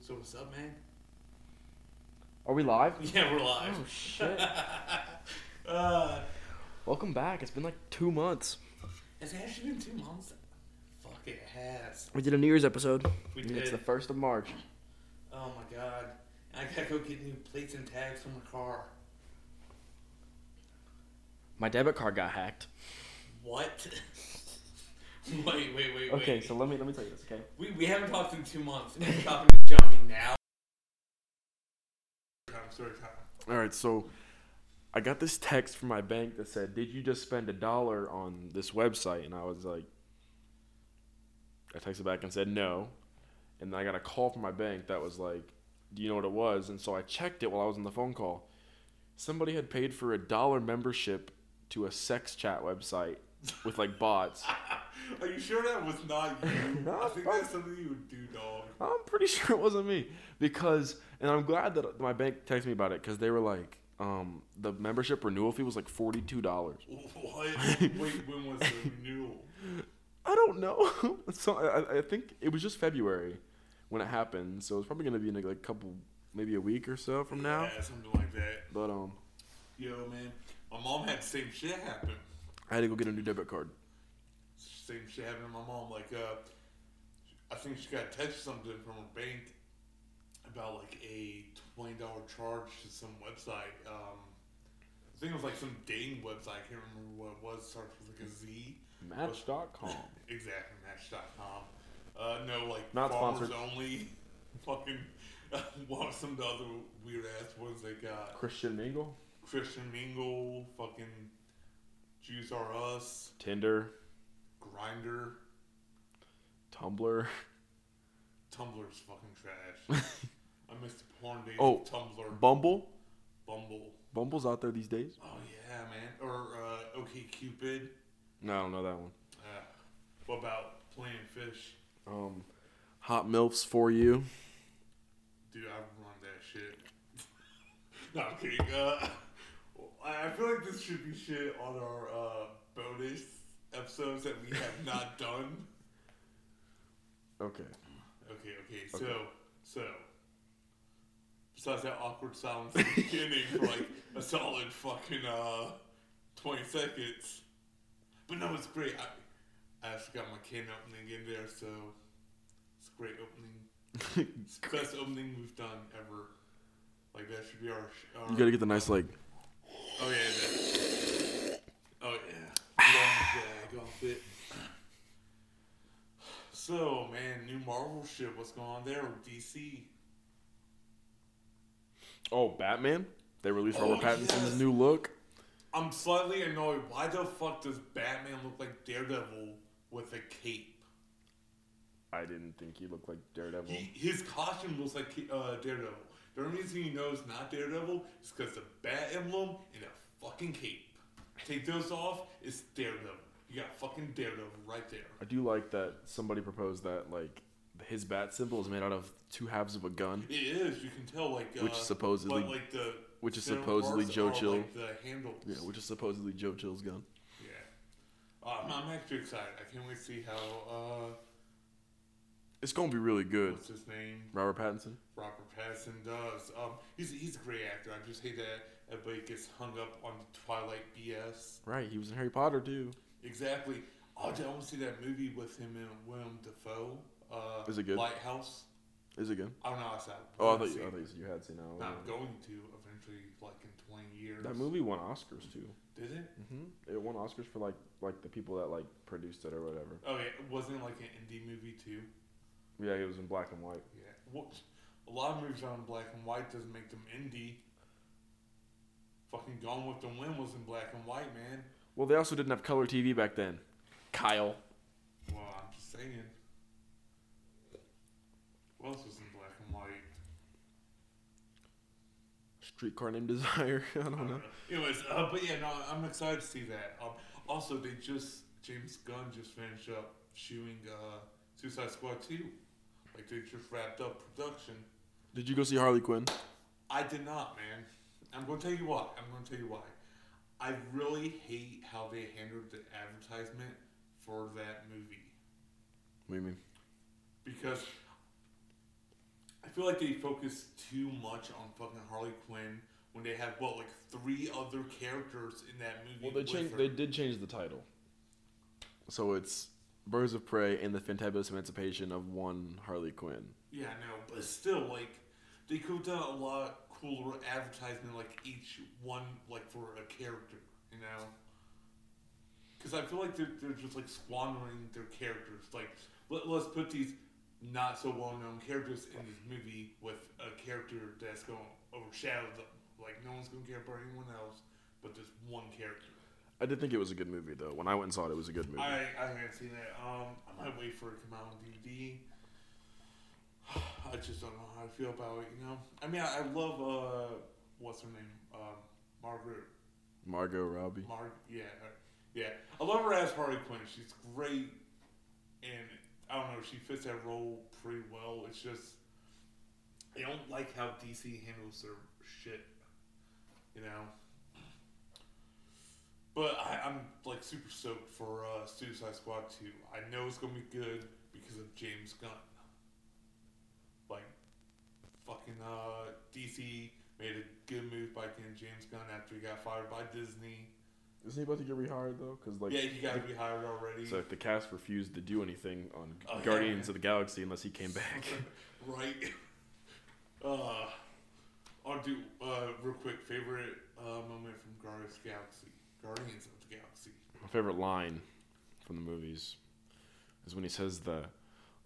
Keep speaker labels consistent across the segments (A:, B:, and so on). A: So what's up, man?
B: Are we live?
A: Yeah, we're live.
B: Oh shit! Oh.
A: uh,
B: Welcome back. It's been like two months.
A: has it actually been two months? Fuck, it has.
C: We did a New Year's episode.
A: We
B: It's
A: did.
B: the first of March.
A: oh my god. I gotta go get new plates and tags for my car.
B: My debit card got hacked.
A: What? wait, wait, wait, wait.
B: Okay, so let me let me tell you this. Okay.
A: we, we haven't talked in two months. And you're dropping shit on me now. Story time, story time.
B: All right, so I got this text from my bank that said, "Did you just spend a dollar on this website?" And I was like, I texted back and said no, and then I got a call from my bank that was like, "Do you know what it was?" And so I checked it while I was on the phone call. Somebody had paid for a dollar membership to a sex chat website with like bots.
A: Are you sure that was not you?
B: No,
A: I think
B: fuck.
A: that's something you would do, dog.
B: I'm pretty sure it wasn't me because, and I'm glad that my bank texted me about it because they were like, um, the membership renewal fee was like forty two dollars.
A: What? Wait, when was the renewal?
B: I don't know. so I, I- I think it was just February when it happened. So it's probably gonna be in like a couple, maybe a week or so from now.
A: Yeah, something like that.
B: But um,
A: Yo, man, my mom had the same shit happen.
B: I had to go get a new debit card.
A: Same shit happened to my mom. Like, uh, I think she got touched something from her bank about like a twenty dollar charge to some website. Um, I think it was like some dating website. I can't remember what it was. Starts with like a Z.
B: Match.com.
A: Exactly, Match.com. Uh, no, like
B: Not
A: farmers
B: sponsored.
A: only. Fucking what some of the other weird ass ones they got.
B: Christian Mingle.
A: Christian Mingle, fucking Jews Are Us,
B: Tinder.
A: Grinder,
B: Tumblr.
A: Tumblr's fucking trash. I miss the porn days.
B: Oh.
A: of Tumblr,
B: Bumble.
A: Bumble.
B: Bumble's out there these days.
A: Oh yeah, man. Or uh, OK Cupid.
B: No, I don't know that one.
A: Uh, what about playing fish?
B: Um, Hot Milfs for you.
A: Dude, I run that shit. no, I'm kidding. Uh, I I feel like this should be shit on our uh, bonus episodes that we have not done.
B: Okay.
A: Okay, okay. So, so besides that awkward silence at the beginning for like a solid fucking uh, twenty seconds, but no, it's great. I, I actually got my can opening in there, so it's a great opening. It's the best opening we've done ever. Like that should be our. sh- our
B: You gotta get the nice like.
A: Oh yeah. that- Oh yeah. Long jag off it. So man, new Marvel shit. What's going on there with DC?
B: Oh, Batman. They released
A: Oh,
B: Robert Pattinson's
A: yes.
B: new look.
A: I'm slightly annoyed. Why the fuck does Batman look like Daredevil with a cape?
B: I didn't think he looked like Daredevil.
A: He, his costume looks like uh, Daredevil. The only reason you know it's not Daredevil is because the bat emblem and a fucking cape. Take those off, it's Daredevil. You got fucking Daredevil right there.
B: I do like that somebody proposed that like his bat symbol is made out of two halves of a gun.
A: It is. You can tell, like uh,
B: Which supposedly-
A: but, like the
B: which is
A: center
B: supposedly
A: parts
B: Joe
A: are, like,
B: Chill.
A: the handles.
B: Yeah, which is supposedly Joe Chill's gun.
A: Yeah. Uh, I'm- I'm actually excited. I can't wait to see how uh,
B: It's gonna be really good.
A: what's his name
B: Robert Pattinson.
A: Robert Pattinson does. Um, he's he's a great actor. I just hate that everybody gets hung up on the Twilight BS.
B: Right, he was in Harry Potter too.
A: Exactly. Oh, I want to see that movie with him and William Defoe. Uh,
B: Is it good?
A: Lighthouse.
B: Is it good?
A: I don't know. I said.
B: Oh, I thought, you, I thought you said you had seen it. I was
A: I'm
B: like-
A: going to eventually, like in 20 years.
B: That movie won Oscars too.
A: Did it?
B: Mm-hmm. It won Oscars for like like the people that like produced it or whatever.
A: Okay, wasn't Oh, it like an indie movie too?
B: Yeah, it was in black and white.
A: Yeah. What? A lot of movies are in black and white doesn't make them indie. Fucking Gone with the Wind was in black and white, man.
B: Well, they also didn't have color TV back then. Kyle.
A: Well, I'm just saying. What else was in black and white?
B: Streetcar named Desire. I
A: I
B: don't
A: don't
B: know.
A: know. Anyways, uh, but yeah, no, I'm excited to see that. Um, also, they just James Gunn just finished up shooting uh, Suicide Squad two. Like they just wrapped up production.
B: Did you go see Harley Quinn?
A: I did not, man. I'm going to tell you why. I'm going to tell you why. I really hate how they handled the advertisement for that movie
B: What do you mean?
A: because I feel like they focus too much on fucking Harley Quinn when they have what like three other characters in that movie.
B: Well, they
A: with
B: changed.
A: her.
B: They did change the title. So it's Birds of Prey and the Fantabulous Emancipation of One Harley Quinn.
A: Yeah, no, but still, like, they could have done a lot cooler advertisement, like each one, like for a character, you know. Because I feel like they're, they're just like squandering their characters. Like, let, let's put these not so well known characters in this movie with a character that's going to overshadow them. Like, no one's going to care about anyone else but this one character.
B: I did think it was a good movie though. When I went and saw it, it was a good movie.
A: I, I haven't seen that. Um, I might wait for it to come out on DVD. I just don't know how I feel about it. You know, I mean, I, I love uh, what's her name, um, Margaret.
B: Margot Robbie.
A: Mar, yeah, uh, yeah. I love her as Harley Quinn. She's great, and I don't know, she fits that role pretty well. It's just I don't like how DC handles their shit, you know. But I, I'm like super stoked for uh, Suicide Squad 2. I know it's gonna be good because of James Gunn. Like, fucking uh, DC made a good move by getting James Gunn after he got fired by Disney.
B: Isn't he about to get rehired though? Because like,
A: yeah, he got to be hired already.
B: so if the cast refused to do anything on
A: Oh, yeah,
B: Guardians
A: man.
B: of the Galaxy unless he came back,
A: right. Uh, I'll do uh, real quick favorite uh, moment from Guardians of the Galaxy. Guardians of the Galaxy.
B: my favorite line from the movies is when he says the,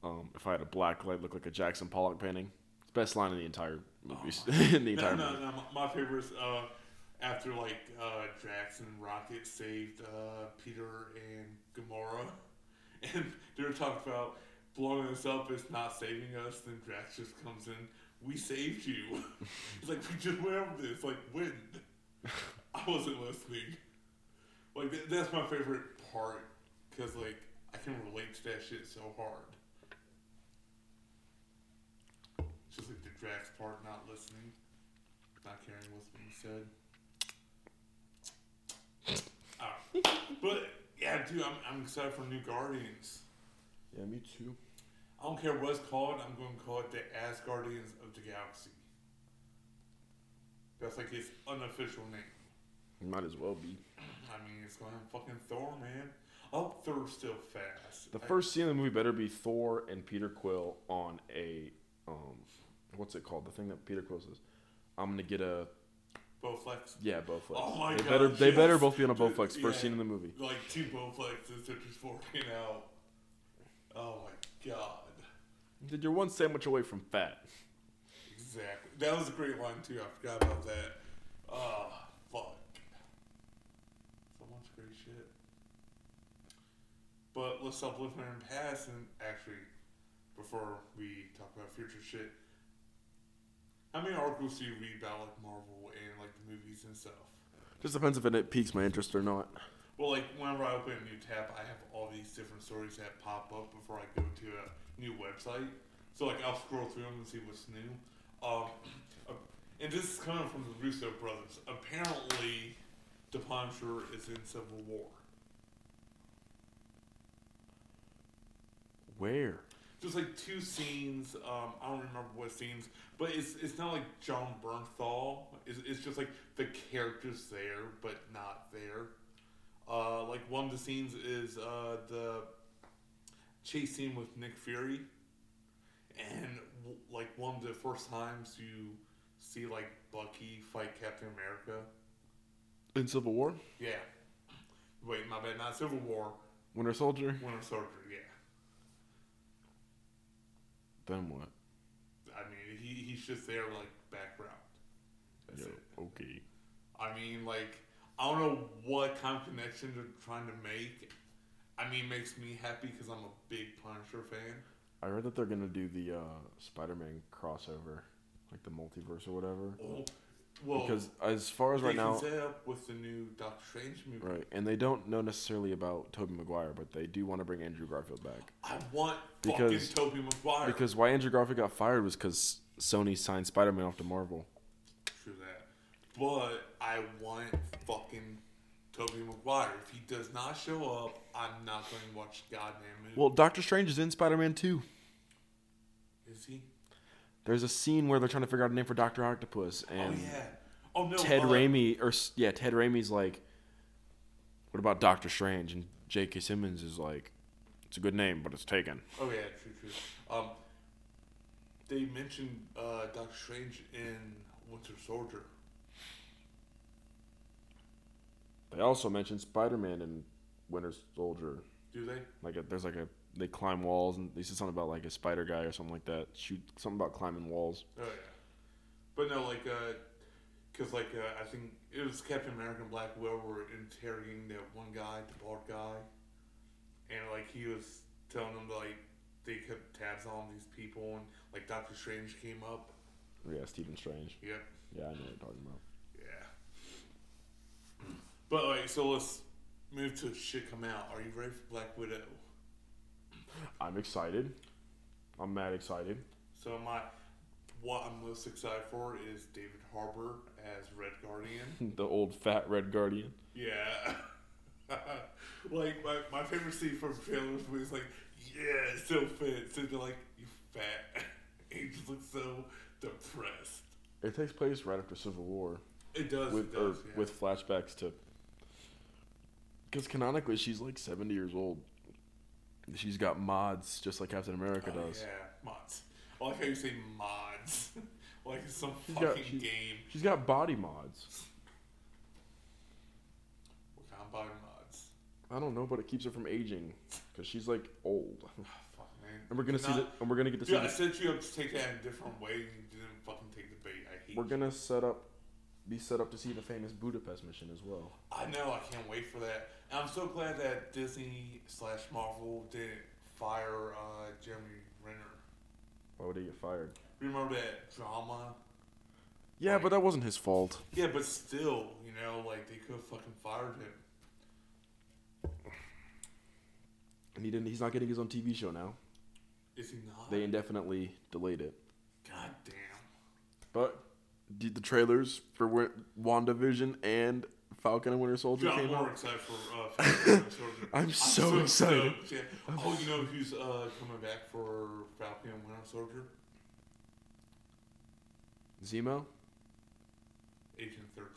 B: um, "If I had a black light, look like a Jackson Pollock painting." It's the best line in the entire movies. in the
A: Oh. No,
B: entire
A: no,
B: movie.
A: no. My, my favorite is uh, after like uh, Drax and Rocket saved uh, Peter and Gamora, and they were talking about blowing us up is not saving us. Then Drax just comes in. We saved you. It's like we just went over this. Like when? I wasn't listening. Like th- that's my favorite part because like I can relate to that shit so hard. Just like the Drax part, not listening, not caring what's being said. Alright. But yeah, dude, I'm, I'm excited for New Guardians.
B: Yeah, me too.
A: I don't care what it's called. I'm going to call it the Asgardians of the Galaxy. That's like its unofficial name.
B: Might as well be.
A: I mean, it's going to have fucking Thor, man. I hope Thor's still fast.
B: The
A: I-
B: first scene of the movie better be Thor and Peter Quill on a um, what's it called? The thing that Peter Quill says, "I'm gonna get a
A: Bowflex.
B: yeah, Bowflex."
A: Oh my
B: they
A: God,
B: better they better
A: yes.
B: both be on a
A: Dude,
B: Bowflex. First
A: yeah.
B: scene in the movie.
A: Like two Bowflexes, they're just working out. Oh my god.
B: Dude, You're one sandwich away from fat.
A: Exactly. That was a great one too. I forgot about that. Oh, fuck. So much great shit. But let's stop living in the past and actually, before we talk about future shit, how many articles do you read about like Marvel and like the movies and stuff?
B: Just depends if it piques my interest or not.
A: Well, like whenever I open a new tab, I have all these different stories that pop up before I go to a new website. So like I'll scroll through them and see what's new. Um, uh, and this is coming from the Russo brothers. Apparently, the Punisher is in Civil War.
B: Where?
A: There's like two scenes. Um, I don't remember what scenes, but it's it's not like John Bernthal. It's, it's just like the characters there, but not there. Uh, like one of the scenes is uh, the chase scene with Nick Fury, and w- like one of the first times you see like Bucky fight Captain America.
B: In Civil War,
A: Yeah. Wait, my bad. Not Civil War.
B: Winter Soldier.
A: Winter Soldier. Yeah.
B: Then what?
A: I mean, he, he's just there like background. That's
B: Yo,
A: it.
B: okay.
A: I mean, like I don't know what kind of connection they're trying to make. I mean, it makes me happy because I'm a big Punisher fan.
B: I heard that they're gonna do the uh, Spider-Man crossover, like the multiverse or whatever.
A: Oh, well,
B: because as far as
A: they
B: right
A: can
B: now,
A: set up with the new Doctor Strange movie.
B: Right, and they don't know necessarily about Toby Maguire, but they do want to bring Andrew Garfield back.
A: I want
B: Because-
A: fucking Tobey Maguire.
B: Because why Andrew Garfield got fired was because Sony signed Spider Man off to Marvel.
A: True that. But I want fucking Tobey Maguire. If he does not show up, I'm not going to watch the goddamn movie.
B: Well, Doctor Strange is in Spider Man 2.
A: Is he?
B: There's a scene where they're trying to figure out a name for Doctor Octopus,
A: Oh
B: and
A: yeah. Oh no.
B: Ted
A: uh,
B: Raimi or s- yeah, Ted Raimi's like, what about Doctor Strange? And J.K. Simmons is like, it's a good name, but it's taken.
A: Oh yeah, true, true. Um, they mentioned uh, Doctor Strange in Winter Soldier.
B: They also mentioned Spider-Man and Winter Soldier.
A: Do they?
B: Like a, there's like a they climb walls and they said something about like a spider guy or something like that. Shoot something about climbing walls.
A: Oh yeah. But no, like, uh 'cause like uh, I think it was Captain America and Black Widow were interrogating that one guy, the bald guy, and like he was telling them like they kept tabs on these people, and like Doctor Strange came up.
B: Yeah, Stephen Strange.
A: Yep.
B: Yeah, I know what you're talking about.
A: Yeah. But like, so let's move to shit come out. Are you ready for Black Widow?
B: I'm excited. I'm mad excited.
A: So my what I'm most excited for is David Harbour as Red Guardian.
B: the old fat red guardian.
A: Yeah. like my, my favorite scene from trailers was like, yeah, it still fits. And they're like, you fat. he just looks so depressed.
B: It takes place right after Civil War
A: It does.
B: with
A: it does.
B: or
A: yeah.
B: with flashbacks to because canonically she's like 70 years old. She's got mods just like Captain America
A: Oh,
B: does.
A: Yeah, mods. I like how you say mods. like it's some
B: She's got-
A: fucking
B: she's-
A: game.
B: She's got body mods.
A: What kind of body mods?
B: I don't know, but it keeps her from aging because she's like old.
A: Ah, fuck, man.
B: And we're gonna see the,
A: Not-
B: and we're gonna get to see
A: Dude, I
B: the
A: set you up to take that in a different way, and you didn't fucking take the bait. I hate.
B: We're
A: you.
B: gonna set up, be set up to see the famous Budapest mission as well.
A: I know, I can't wait for that. And I'm so glad that Disney slash Marvel didn't fire uh, Jeremy Renner.
B: Why would he get fired?
A: Remember that drama?
B: Yeah,
A: Right.
B: but that wasn't his fault.
A: Yeah, but still, you know, like they could have fucking fired him.
B: And he didn't. He's not getting his own TV show now.
A: Is he not?
B: They indefinitely delayed it.
A: God damn.
B: But did the trailers for Wi- WandaVision and Falcon and Winter Soldier
A: Dude, I'm
B: came
A: more
B: out?
A: excited for uh, Falcon and Winter Soldier.
B: I'm so excited.
A: stoked, yeah. Oh, you know who's uh, coming back for Falcon and Winter Soldier?
B: Zemo?
A: Agent 13.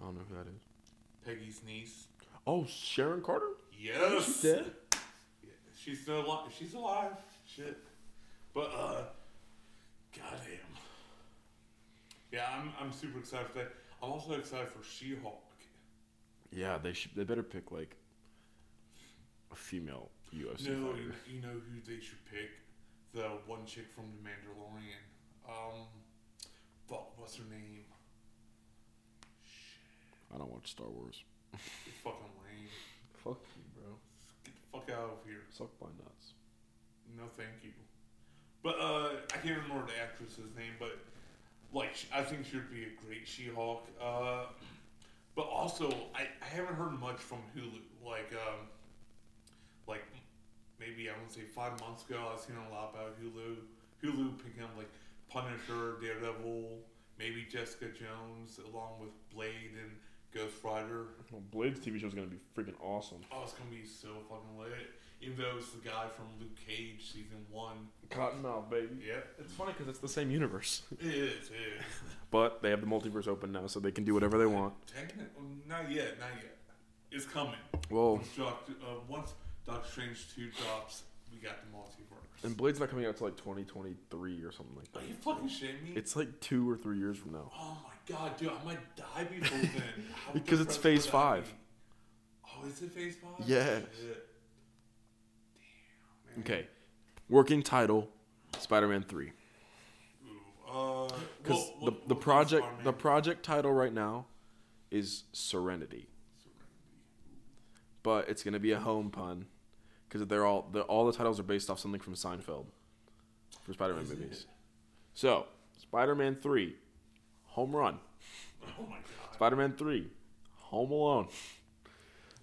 B: I don't know who that is.
A: Peggy's niece.
B: Oh, Sharon Carter?
A: Yes!
B: Dead?
A: Yeah, she's still alive. She's alive. Shit. But uh, goddamn. Yeah, I'm I'm super excited for that. I'm also excited for She-Hulk.
B: Yeah, they should. They better pick like a female UFC
A: No,
B: fighter.
A: you, you know who they should pick? The one chick from The Mandalorian. Um, fuck, what's her name? Shit,
B: I don't watch Star Wars.
A: you're fucking lame.
B: Fuck you, bro.
A: Get the fuck out of here.
B: Suck my nuts.
A: No, thank you. But uh, I can't remember the actress's name, but like sh- I think she'd be a great She-Hulk. Uh, but also, I, I haven't heard much from Hulu. Like, um, like maybe I would say five months ago, I've seen a lot about Hulu. Hulu picking up like Punisher, Daredevil, maybe Jessica Jones, along with Blade and Ghost Rider.
B: Well, Blade's TV show is gonna be freaking awesome.
A: Oh, it's gonna be so fucking lit. Even though it's the guy from Luke Cage season one.
B: Cottonmouth, baby.
A: Yep.
B: It's funny because it's the same universe,
A: It is. It is.
B: but they have the multiverse open now, so they can do whatever they want.
A: Technically, oh, not yet. Not yet. It's coming.
B: Well,
A: Once Doctor, uh, once Doctor Strange two drops, we got the multiverse.
B: and Blade's not coming out till like 2023 or something like
A: Are
B: that.
A: you fucking shitting me?
B: It's like two or three years from now.
A: oh my god, dude! I might die before then. How
B: Because it's
A: depressed
B: phase
A: would I
B: five.
A: be? Oh, is it phase five?
B: Yeah.
A: Shit. Damn. Man.
B: Okay, working title, Spider-Man three.
A: Ooh, uh,
B: Because
A: what-
B: the,
A: what-
B: the
A: what
B: project
A: Spider-Man-
B: the project title right now is Serenity, but it's gonna be a home pun because they're all they're, all the titles are based off something from Seinfeld for Spider-Man
A: Is it?
B: movies. So Spider-Man three, home run.
A: Oh my god.
B: Spider-Man three, Home Alone.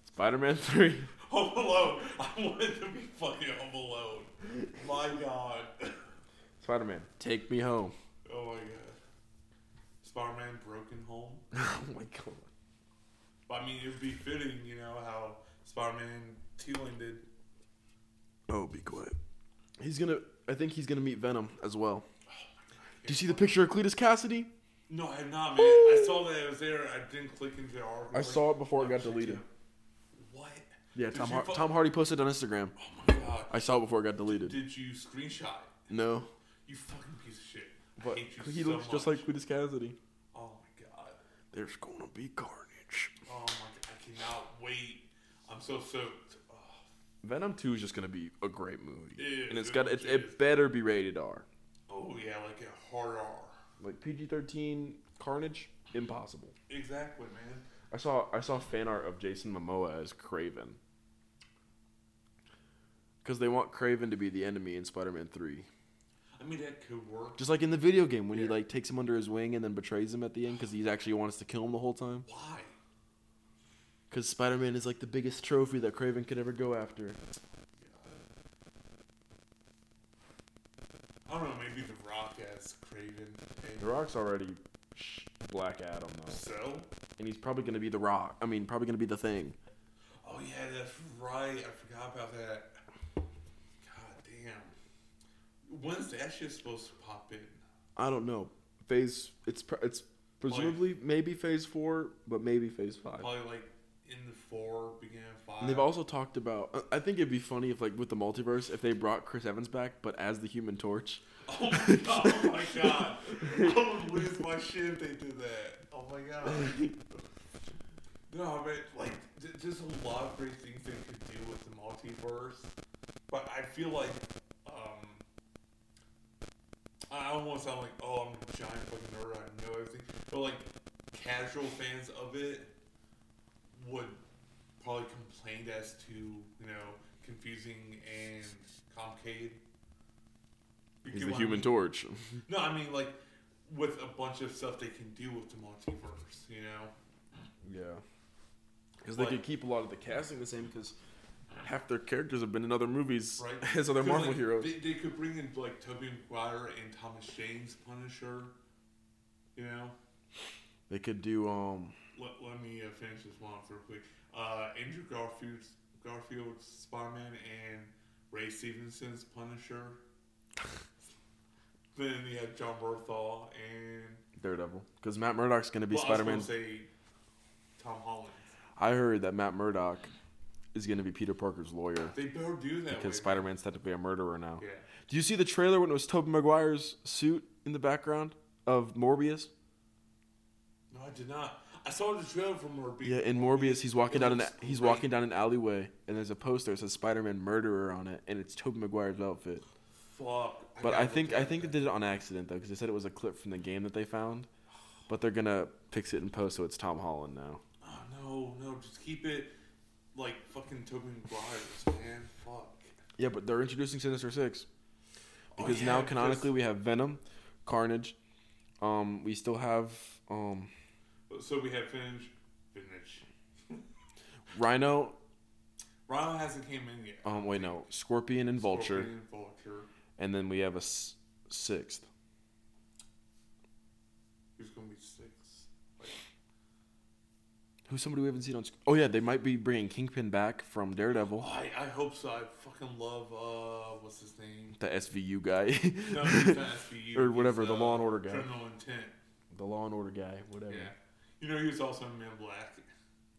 B: Spider-Man three.
A: Home Alone. I wanted to be fucking Home Alone. My god.
B: Spider-Man, take me home.
A: Oh my god. Spider Man Broken Home.
B: oh my god.
A: I mean, it would be fitting, you know, how Spider Man 2 ended.
B: Oh, be quiet. He's gonna. I think he's gonna meet Venom as well.
A: Oh
B: Do you see the picture of Cletus Cassidy?
A: No, I have not, man. I saw that it was there. I didn't click into the article.
B: I saw it before it got
A: shit,
B: deleted.
A: yeah. What?
B: Yeah,
A: Did
B: Tom,
A: you
B: Har-
A: fu-
B: Tom Hardy posted on Instagram.
A: Oh my god.
B: I saw it before it got deleted.
A: Did you screenshot? it?
B: No,
A: You fucking piece of shit. I
B: but
A: hate you
B: he
A: so
B: looks just
A: much.
B: like Cletus Cassidy.
A: Oh my god.
B: There's gonna be carnage.
A: Oh my god. I cannot wait. I'm so soaked. Oh,
B: Venom Two is just gonna be a great movie,
A: Yeah,
B: and it's
A: Venom
B: got it,
A: 2 is-
B: it. better be rated R.
A: oh yeah, like a hard R.
B: Like PG thirteen Carnage, impossible.
A: Exactly, man.
B: I saw I saw fan art of Jason Momoa as Craven. Because they want Craven to be the enemy in Spider Man Three,
A: I mean that could work.
B: just like in the video game when he
A: Yeah.
B: like takes him under his wing and then betrays him at the end because he actually wants to kill him the whole time.
A: Why?
B: Because Spider Man is like the biggest trophy that Craven could ever go after.
A: I don't know. Maybe The Rock as Craven. and-
B: The Rock's already sh- Black Adam though,
A: So.
B: and he's probably gonna be the Rock. I mean, probably gonna be the Thing.
A: Oh yeah, that's right. I forgot about that. God damn. When's that shit supposed to pop in?
B: I don't know. Phase it's pr- it's presumably maybe Phase Four, but maybe Phase Five.
A: Probably like in the four, beginning of five.
B: And they've also talked about. uh, I- I think it'd be funny if, like, with the multiverse, if they brought Chris Evans back, but as the Human Torch.
A: oh, my god, oh my god! I would lose my shit if they did that. Oh my god. No, I mean, like, th- there's a lot of great things they could do with the multiverse, but I feel like, um, I don't want to sound like, oh, I'm a giant fucking nerd, I know everything, but like, casual fans of it would probably complain as to, you know, confusing and complicated. You
B: He's
A: get
B: the
A: what I
B: Human
A: mean?
B: Torch.
A: No, I mean, like, with a bunch of stuff they can do with the multiverse, you know?
B: Yeah. Because they
A: Like-
B: could keep a lot of the casting the same, because half their characters have been in other movies
A: right?
B: as other
A: 'Cause,
B: Marvel
A: like,
B: heroes.
A: They, they could bring in like Tobey Maguire and Thomas Shane's Punisher. You know,
B: They could do um.
A: let, let me uh, finish this one off real quick. Uh, Andrew Garfield's Garfield's Spider-Man and Ray Stevenson's Punisher. then you have John Berthal and
B: Daredevil, because Matt Murdock's gonna be
A: well,
B: Spider
A: I
B: Man.
A: was gonna say Tom Holland.
B: I heard that Matt Murdock is gonna be Peter Parker's lawyer
A: They better do that
B: because
A: way.
B: Spider Man's technically a murderer now.
A: yeah.
B: Do you see the trailer when it was Tobey Maguire's suit in the background of Morbius?
A: No, I did not. I saw the trailer from Morbius.
B: Yeah, in Morbius, he's walking
A: It
B: down an
A: looks
B: he's
A: great.
B: walking down an alleyway, and there's a poster that says Spider-Man Murderer on it, and it's Tobey Maguire's outfit.
A: Fuck.
B: But
A: gotta
B: I
A: look
B: think
A: at
B: I think
A: that.
B: they did it on accident though, because they said it was a clip from the game that they found. But they're gonna fix it in post, so it's Tom Holland now.
A: Oh, no, no, just keep it like fucking Tobey Maguire's, man. Fuck.
B: Yeah, but they're introducing Sinister Six
A: Oh,
B: because
A: yeah,
B: now
A: because-
B: canonically we have Venom, Carnage. Um, we still have um
A: So we have Finch. Finch.
B: Rhino.
A: Rhino hasn't came in yet.
B: Um, wait, no, Scorpion and Vulture,
A: Scorpion, Vulture.
B: and then we have a s- sixth.
A: Who's gonna be six? Like,
B: Who's somebody we haven't seen on? sc- Oh yeah, they might be bringing Kingpin back from Daredevil.
A: I, I hope so. I fucking love uh, what's his name?
B: the SVU guy,
A: No, he's not SVU.
B: or
A: he's,
B: whatever the
A: uh,
B: Law and Order guy,
A: Criminal intent.
B: the Law and Order guy, whatever.
A: Yeah. You know he was also in Men in Black.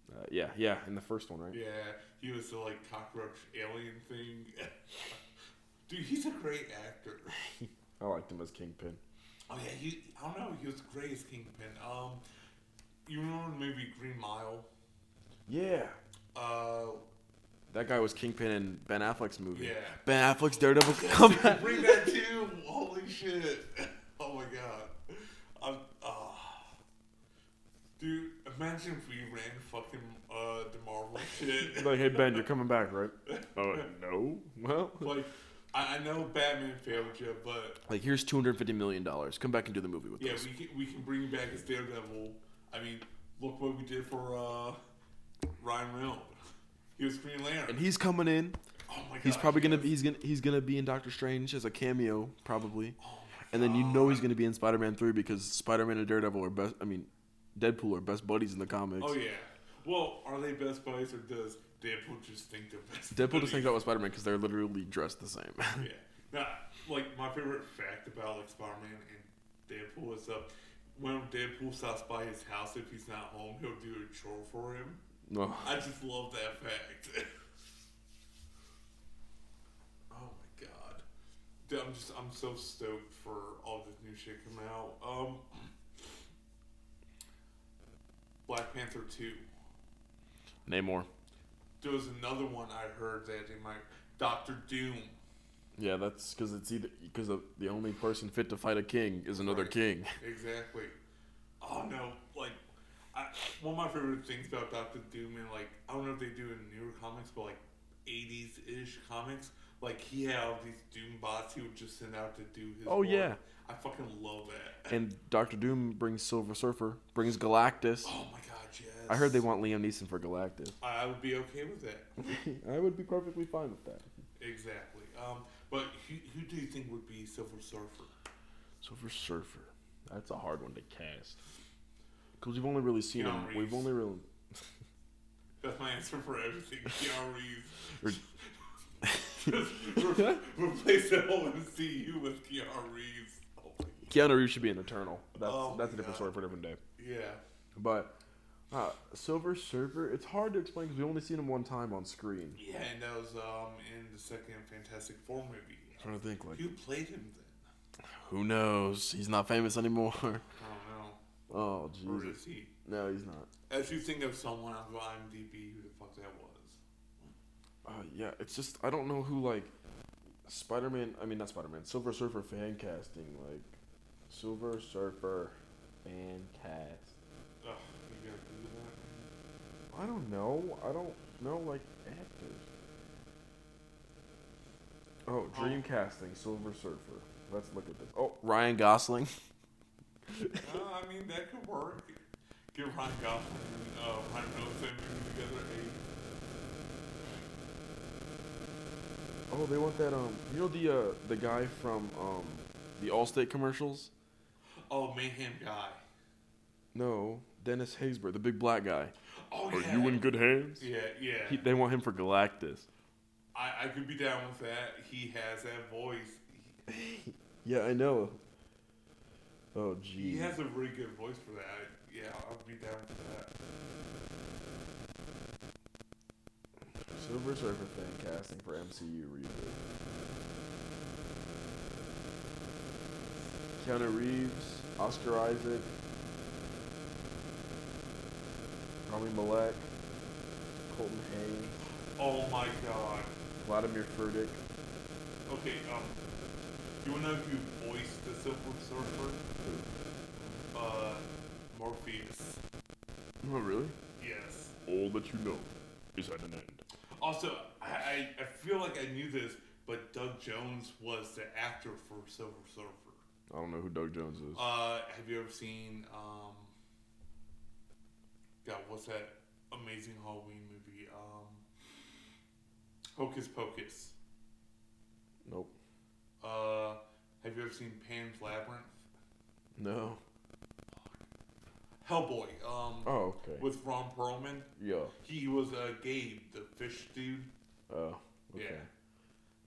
B: Uh, yeah, yeah, in the first one, right?
A: Yeah, he was the like cockroach alien thing. Dude, he's a great actor.
B: I liked him as Kingpin.
A: Oh yeah, he. I don't know. He was great as Kingpin. Um, you remember the movie Green Mile?
B: Yeah,
A: Uh,
B: that guy was Kingpin in Ben Affleck's movie.
A: Yeah.
B: Ben Affleck's Daredevil come back.
A: bring that too. Holy shit! Oh my god. I'm. Uh, dude, imagine if we ran fucking uh the Marvel shit.
B: Like, hey Ben, you're coming back, right? Oh no. Well,
A: like, I, I know Batman failed you, but
B: like here's two hundred fifty million dollars. Come back and do the movie with
A: yeah,
B: us.
A: we can we can bring you back as Daredevil. I mean, look what we did for uh Ryan Reynolds. He was Green Lantern.
B: And he's coming in.
A: oh my god.
B: He's probably
A: he
B: gonna
A: was-
B: he's gonna he's gonna be in Doctor Strange as a cameo, probably.
A: Oh my
B: And then you know
A: God.
B: he's going to be in Spider-Man 3 because Spider-Man and Daredevil are best I mean Deadpool are best buddies in the comics.
A: Oh yeah. Well, are they best buddies or does Deadpool just think they're best?
B: Deadpool just hangs
A: buddies?
B: out with Spider-Man because they're literally dressed the same.
A: Yeah. Now, like my favorite fact about like Spider-Man and Deadpool is up. When Deadpool stops by his house, if he's not home, he'll do a chore for him.
B: No.
A: I just love that fact. oh my god, Dude, I'm just I'm so stoked for all this new shit coming out. Um, Black Panther two.
B: Namor.
A: There was another one I heard that they might Doctor Doom.
B: Yeah, that's because it's either because the only person fit to fight a king is another
A: Right.
B: king.
A: Exactly. Oh no, like I, one of my favorite things about Doctor Doom and like I don't know if they do in newer comics, but like eighties ish comics, like he had all these Doom bots he would just send out to do his
B: Oh,
A: work.
B: yeah.
A: I fucking love that.
B: And Doctor Doom brings Silver Surfer, brings Galactus.
A: Oh my god, yes.
B: I heard they want Liam Neeson for Galactus.
A: I I would be okay with that.
B: I would be perfectly fine with that.
A: Exactly. Um, but who, who do you think would be Silver Surfer?
B: Silver Surfer. That's a hard one to cast. Because we've only really seen him.
A: Keanu
B: We've
A: Reeves.
B: only really.
A: That's my answer for everything. Keanu
B: Or-
A: Reeves. Just re- replace the whole MCU with Keanu Reeves. Oh my
B: Keanu Reeves should be an Eternal. That's
A: Oh
B: that's
A: my
B: a different
A: God.
B: story for a different day.
A: Yeah.
B: But uh, Silver Surfer, it's hard to explain because we've only seen him one time on screen.
A: Yeah, and that was um in the second Fantastic Four movie.
B: trying to think, like
A: Who played him then?
B: who knows? He's not famous anymore.
A: I don't
B: Oh
A: know. Or
B: Jesus!
A: is he?
B: No, he's not.
A: As you think of someone on IMDb, who the fuck that was?
B: Uh, yeah, it's just I don't know who like Spider Man. I mean, not Spider Man. Silver Surfer fan casting, like Silver Surfer fan cast.
A: Ugh, you gotta do that.
B: I don't know. I don't know like actors. Oh, dream casting, Silver Surfer. Let's look at this. Oh, Ryan Gosling.
A: Uh, I mean, that could work. Get Ryan Gosling and uh, Ryan Reynolds and put together a.
B: Oh, they want that um. You know the uh the guy from um the Allstate commercials.
A: Oh, Mayhem guy.
B: No, Dennis Haysbert, the big black guy.
A: Oh
B: Are
A: yeah.
B: you in good hands?
A: Yeah, yeah.
B: He, they want him for Galactus.
A: I, I could be down with that. He has that voice. He,
B: Yeah, I know. Oh, geez.
A: he has a really good voice for that. I, yeah, I would be down with that.
B: Silver Surfer fan casting for MCU reboot. Keanu Reeves, Oscar Isaac, Rami Malek, Colton Haynes,
A: Oh my god.
B: Vladimir Furtick.
A: Okay, um, you wanna know who voiced the Silver Surfer? Uh, Morpheus.
B: Oh, really?
A: Yes.
B: All that you know is at an end.
A: Also, I, I, I feel like I knew this, but Doug Jones was the actor for Silver Surfer.
B: I don't know who Doug Jones is.
A: Uh, have you ever seen, um, God, what's that amazing Halloween movie? Um, Hocus Pocus.
B: nope.
A: Uh, have you ever seen Pan's Labyrinth?
B: No.
A: Hellboy. Um,
B: Oh, okay.
A: with Ron Perlman.
B: Yeah.
A: He was uh, Gabe, the fish dude.
B: Oh,
A: Yeah.
B: okay.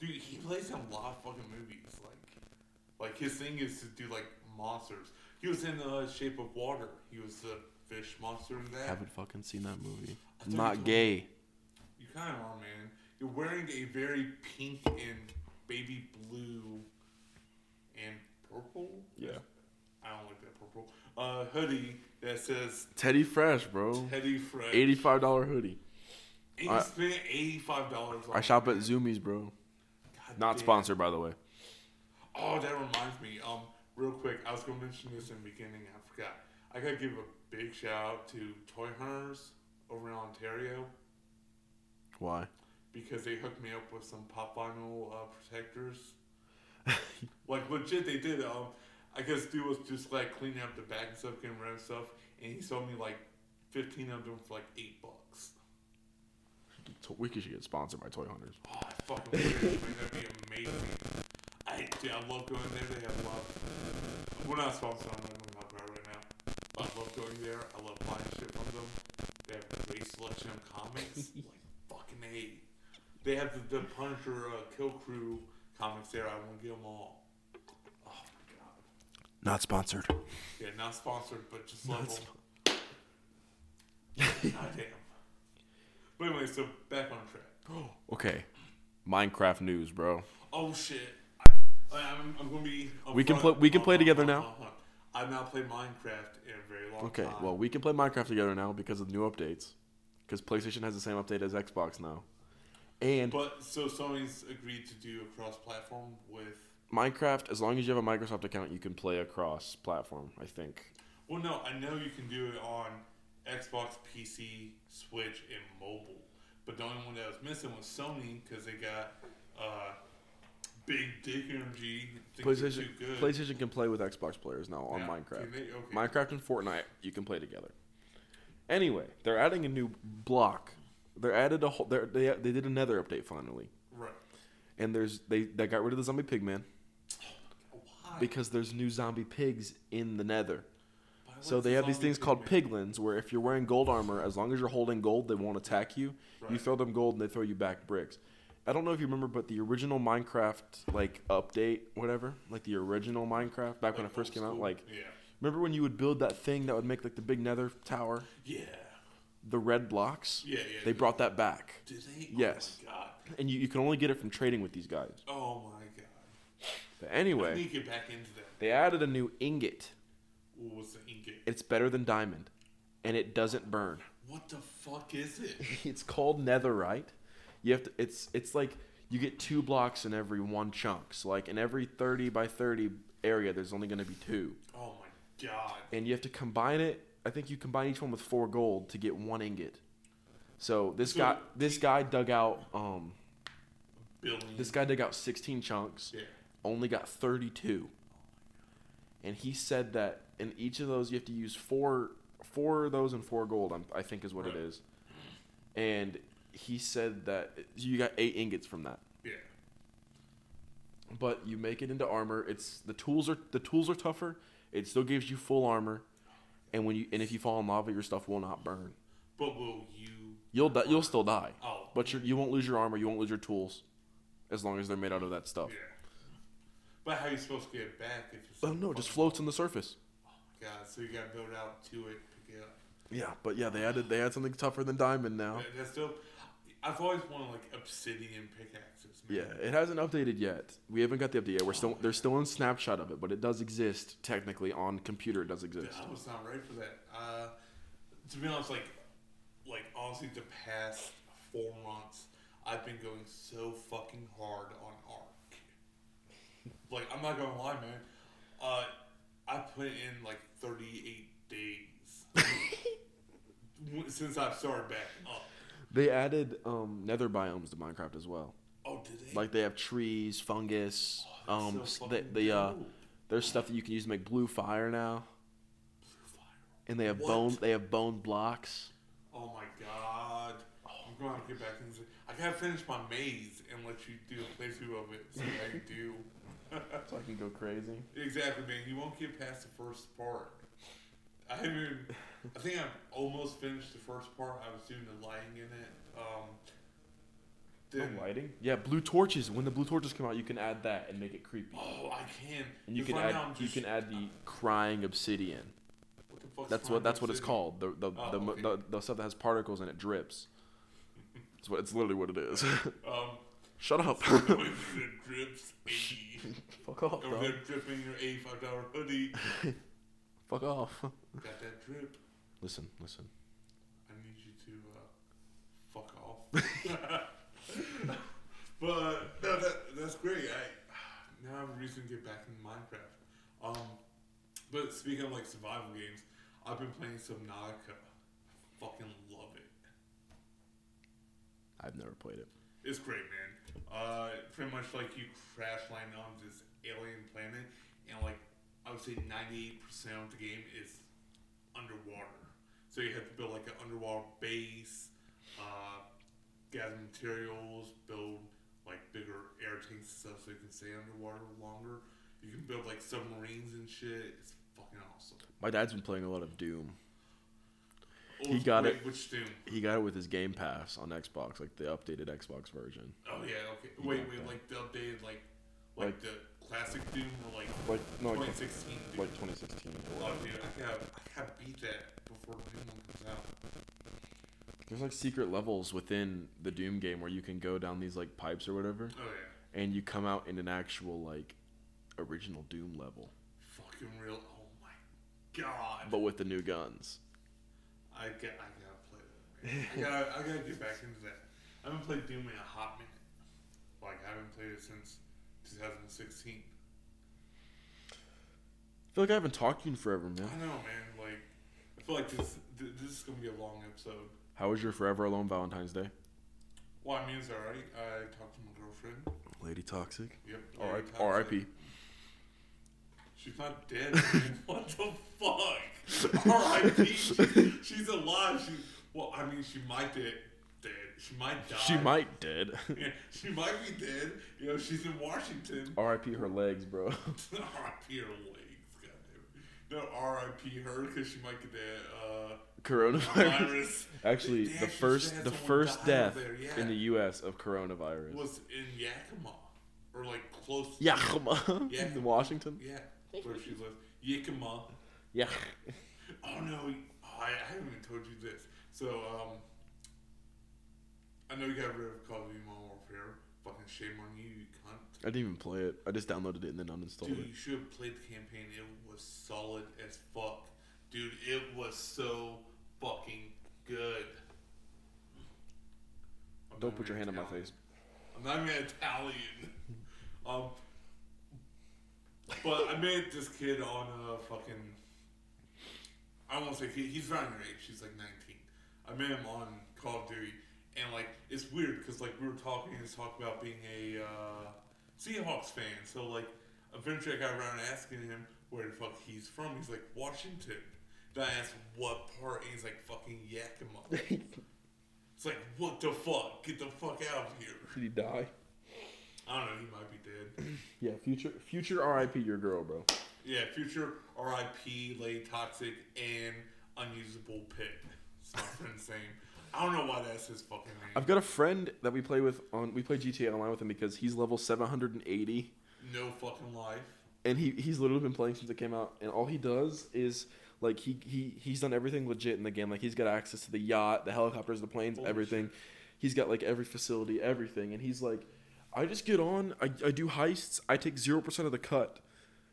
A: Dude, he plays in a lot of fucking movies. Like, like his thing is to do like monsters. He was in uh, Shape of Water. He was the fish monster in that.
B: Haven't fucking seen that movie.
A: I thought you
B: Not
A: told-
B: gay.
A: You kind of are, man. You're wearing a very pink and baby blue and purple.
B: Yeah.
A: I don't like that purple. Uh, hoodie that says
B: Teddy Fresh, bro.
A: Teddy Fresh.
B: Eighty-five dollar hoodie.
A: And
B: I-
A: you spent eighty-five dollars.
B: I shop at Zoomies, bro. Not sponsored, by the way.
A: Oh, that reminds me. Um, real quick, I was gonna mention this in the beginning. I forgot. I gotta give a big shout out to Toy Hunters over in Ontario
B: Why?
A: because they hooked me up with some pop vinyl uh, protectors. like legit, they did. Um, I guess dude was just like cleaning up the bag and stuff, getting rid of stuff, and he sold me like fifteen of them for like eight bucks.
B: To- We should get sponsored by Toy Hunters.
A: Oh, I fucking wish. Man, that'd be amazing. I, dude, I love going there. They have love. We're not sponsored. I'm not going to talk about it right now. But I love going there. I love buying shit from them. They have a great selection of comics. like, fucking A. They have the, the Punisher uh, Kill Crew comics there. I want to get them all. Oh, my God.
B: Not sponsored.
A: Yeah, not sponsored, but just
B: Not
A: level. God damn. But anyway, so back on track.
B: Okay. Minecraft news, bro.
A: Oh shit! I, I- I'm, I'm gonna be.
B: We can play- we can play together now.
A: I've not played Minecraft in a very long
B: Okay,
A: time.
B: well, we can play Minecraft together now because of new updates. Because PlayStation has the same update as Xbox now. And
A: But so Sony's agreed to do a cross-platform with.
B: Minecraft, as long as you have a Microsoft account, you can play across platform, I think.
A: Well, no, I know you can do it on Xbox, PC, Switch, and mobile. But the only one that was missing was Sony because they got uh, big dick energy. Things are
B: PlayStation
A: too good.
B: PlayStation can play with Xbox players now on
A: Yeah, can
B: Minecraft.
A: they? Okay.
B: Minecraft and Fortnite, you can play together. Anyway, they're adding a new block. They're added a whole. They're, they they did another update finally,
A: Right.
B: and there's they they got rid of the zombie pigman
A: Why?
B: because there's new zombie pigs in the Nether.
A: Why
B: So
A: was
B: they
A: the
B: have these
A: zombie
B: things called
A: pigman-
B: piglins, where if you're wearing gold armor, as long as you're holding gold, they won't attack you. You
A: Right.
B: throw them gold, and they throw you back bricks. I don't know if you remember, but the original Minecraft like update, whatever, like the original Minecraft back when
A: Like
B: it first
A: old
B: came out,
A: school?
B: like
A: yeah,
B: remember when you would build that thing that would make like the big Nether tower,
A: yeah,
B: the red blocks?
A: yeah, yeah.
B: They brought that back,
A: Did they?
B: Yes.
A: Oh my god.
B: and you, you can only get it from trading with these guys.
A: Oh my god.
B: But
A: I
B: anyway,
A: need to get back into that.
B: they added a new ingot.
A: What was the ingot?
B: It's better than diamond, and it doesn't burn.
A: What the fuck is it?
B: it's called netherite. You have to. It's it's like you get two blocks in every one chunk. So like in every thirty by thirty area, there's only going to be two,
A: Oh my god.
B: and you have to combine it. I think you combine each one with four gold to get one ingot. So this
A: So-
B: guy this guy dug out um
A: Billion.
B: this guy dug out sixteen chunks,
A: Yeah.
B: only got thirty two, and he said that in each of those you have to use four four of those and four gold. I'm, I think is what it
A: Right.
B: is, and he said that you got eight ingots from that.
A: Yeah.
B: but you make it into armor. It's the tools are the tools are tougher. It still gives you full armor, and when you and if you fall in lava, your stuff will not burn.
A: But will you?
B: You'll di- you'll still die,
A: Oh.
B: but you're, you won't lose your armor. You won't lose your tools, as long as they're made out of that stuff.
A: Yeah. But how are you supposed to get it back if it's? oh
B: Oh no, just floats on the surface.
A: God, so you gotta build out to it to get up.
B: Yeah, but yeah, they added they had something tougher than diamond now.
A: That- That's dope. I've always wanted like obsidian pickaxes.
B: Yeah,
A: Man.
B: it hasn't updated yet. We haven't got the update yet. We're still they're still in snapshot of it, but it does exist technically on computer. It does exist.
A: I was not ready for that. Uh, to be honest, like, like honestly, the past four months, I've been going so fucking hard on Ark. like, I'm not gonna lie, man. Uh, I put in like 38 days W- since I've started back up.
B: They added um, nether biomes to Minecraft as well.
A: Oh, did they?
B: Like they have trees, fungus,
A: Oh,
B: um,
A: that's so
B: s- the,
A: fucking
B: the uh,
A: dope.
B: there's stuff that you can use to make blue fire now, and they have
A: What?
B: bone, they have bone blocks.
A: Oh my god. I'm gonna have to get back into I gotta finish my maze and let you do a playthrough of it so I can do.
B: So I can go crazy.
A: Exactly, man. You won't get past the first part. I haven't. even- I think I've almost finished the first part. I was doing the lighting in it. Um, then,
B: lighting? Yeah, blue torches. When the blue torches come out, you can add that and make it creepy.
A: oh, I can.
B: And you
A: 'Cause
B: can
A: right now I'm
B: add you
A: just-
B: can add the crying obsidian.
A: What the fuck's
B: That's
A: wrong
B: what that's
A: with
B: what it's
A: it?
B: called. The the,
A: Oh,
B: the, mo-
A: okay.
B: the the stuff that has particles and it drips. It's what it's literally what it is.
A: Um,
B: Shut up.
A: the drips eighty.
B: Fuck off,
A: Over
B: bro.
A: there dripping your eighty-five dollar hoodie.
B: Fuck off.
A: Got that drip.
B: Listen, listen.
A: I need you to uh, fuck off. but no, that, that's great. I now I have a reason to get back in Minecraft. Um, but speaking of like survival games, I've been playing Subnautica. Fucking love it.
B: I've never played it.
A: It's great, man. Uh, pretty much like you crash land on this alien planet, and like I would say ninety eight percent of the game is underwater. So you have to build like an underwater base, uh, gather materials, build like bigger air tanks and stuff so you can stay underwater longer. You can build like submarines and shit. It's fucking awesome.
B: My dad's been playing a lot of Doom.
A: Oh,
B: He got
A: wait,
B: it.
A: Which Doom?
B: He got it with his Game Pass on Xbox, like the updated Xbox version.
A: Oh yeah. Okay.
B: He
A: Wait,
B: got
A: wait.
B: that.
A: Like the updated, like,
B: Like-
A: like the classic Doom or like
B: Like no, like,
A: 2016 Doom?
B: like 2016 or
A: oh,
B: whatever.
A: dude, I gotta, I gotta beat that before Doom one comes out.
B: There's like secret levels within the Doom game where you can go down these like pipes or whatever,
A: Oh yeah,
B: and you come out in an actual like original Doom level,
A: fucking real. Oh my god.
B: but with the new guns.
A: I get, I gotta play that. man. I gotta, I gotta get back into that. I haven't played Doom in a hot minute. Like I haven't played it since 2016.
B: I feel like I haven't talked to you in forever, man.
A: I know, man. Like I feel like this, th- this is gonna be a long episode.
B: How was your Forever Alone Valentine's Day?
A: Well, I mean, it's alright. I talked to my girlfriend.
B: Lady Toxic.
A: Yep.
B: R.I.P.
A: yeah,
B: R.I.P.
A: She's not dead. man. what the fuck? R.I.P. She- She's alive. She. Well, I mean, she might dead. Dead. She might die.
B: She might dead.
A: Yeah, she might be dead. You know, she's in Washington.
B: R.I.P. her legs, bro.
A: R.I.P. her legs. Goddamn. No, R.I.P. her because she might get that uh,
B: Coronavirus.
A: virus.
B: Actually,
A: Damn,
B: the
A: she
B: first
A: said
B: the
A: someone
B: first
A: died
B: death
A: over there, yeah.
B: in the U.S. of coronavirus.
A: was in Yakima or like close.
B: Yakima,
A: Yeah.
B: in Washington.
A: Yeah, where she lives. Yakima.
B: Yeah.
A: Oh
B: Um,
A: no, oh, I, I haven't even told you this. So, um, I know you got rid of Call of Duty Modern Warfare. Fucking shame on you, you cunt.
B: I didn't even play it. I just downloaded it and then uninstalled
A: Dude,
B: it.
A: you should have played the campaign. It was solid as fuck. Dude, it was so fucking good. I'm
B: Don't
A: not
B: put your hand
A: even
B: on my
A: Italian.
B: face.
A: I'm not even Italian. Um, but I met this kid on a fucking. I won't say kid. He's around your age. He's like 19. I met him on Call of Duty, and like it's weird because like we were talking and talk about being a uh, Seahawks fan. So like eventually I got around to asking him where the fuck he's from. He's like Washington. Then I asked what part, and he's like fucking Yakima. It's like what the fuck? Get the fuck out of here.
B: Did he die?
A: I don't know. He might be dead.
B: Yeah, future future R.I.P. your girl, bro.
A: Yeah, future R.I.P. Lay Toxic and unusable pit. It's my friend's name. I don't know why that's his fucking name.
B: I've got a friend that we play with on we play GTA Online with him because he's level 780
A: No fucking life.
B: and he he's literally been playing since it came out and all he does is like he, he he's done everything legit in the game like he's got access to the yacht, the helicopters, the planes,
A: Holy
B: everything. He's got like every facility, everything and he's like I just get on, I, I do heists, I take 0% of the cut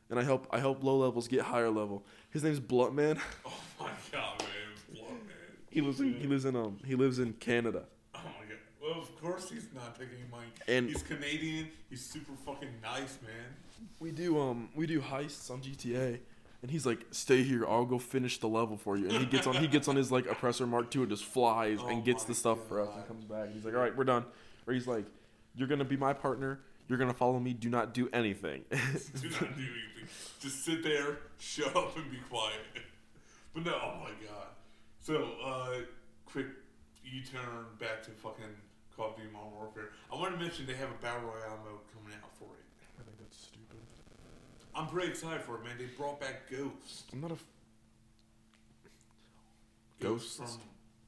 B: and I help I help low levels get higher level. His name's Bluntman.
A: Oh my god, man, blood, man.
B: he lives in, he lives in um he lives in Canada.
A: Oh my god. Well, of course he's not taking any money.
B: And-
A: he's Canadian. He's super fucking nice, man.
B: We do um we do heists on GTA, and he's like, "Stay here, I'll go finish the level for you." And he gets on he gets on his like oppressor Mark II and just flies
A: Oh
B: and gets
A: my
B: the stuff for us and
A: God.
B: comes back. And he's like, "All right, we're done." Or he's like, "You're gonna be my partner. You're gonna follow me. Do not do anything."
A: Do not do anything. Just sit there, shut up, and be quiet. But no, oh my god. So, uh, quick U turn back to fucking Call of Duty Modern Warfare. I want to mention they have a Battle Royale mode coming out for it.
B: I think that's stupid.
A: I'm pretty excited for it, man. They brought back Ghost.
B: I'm not a. F-
A: Ghost
B: Ghosts?
A: from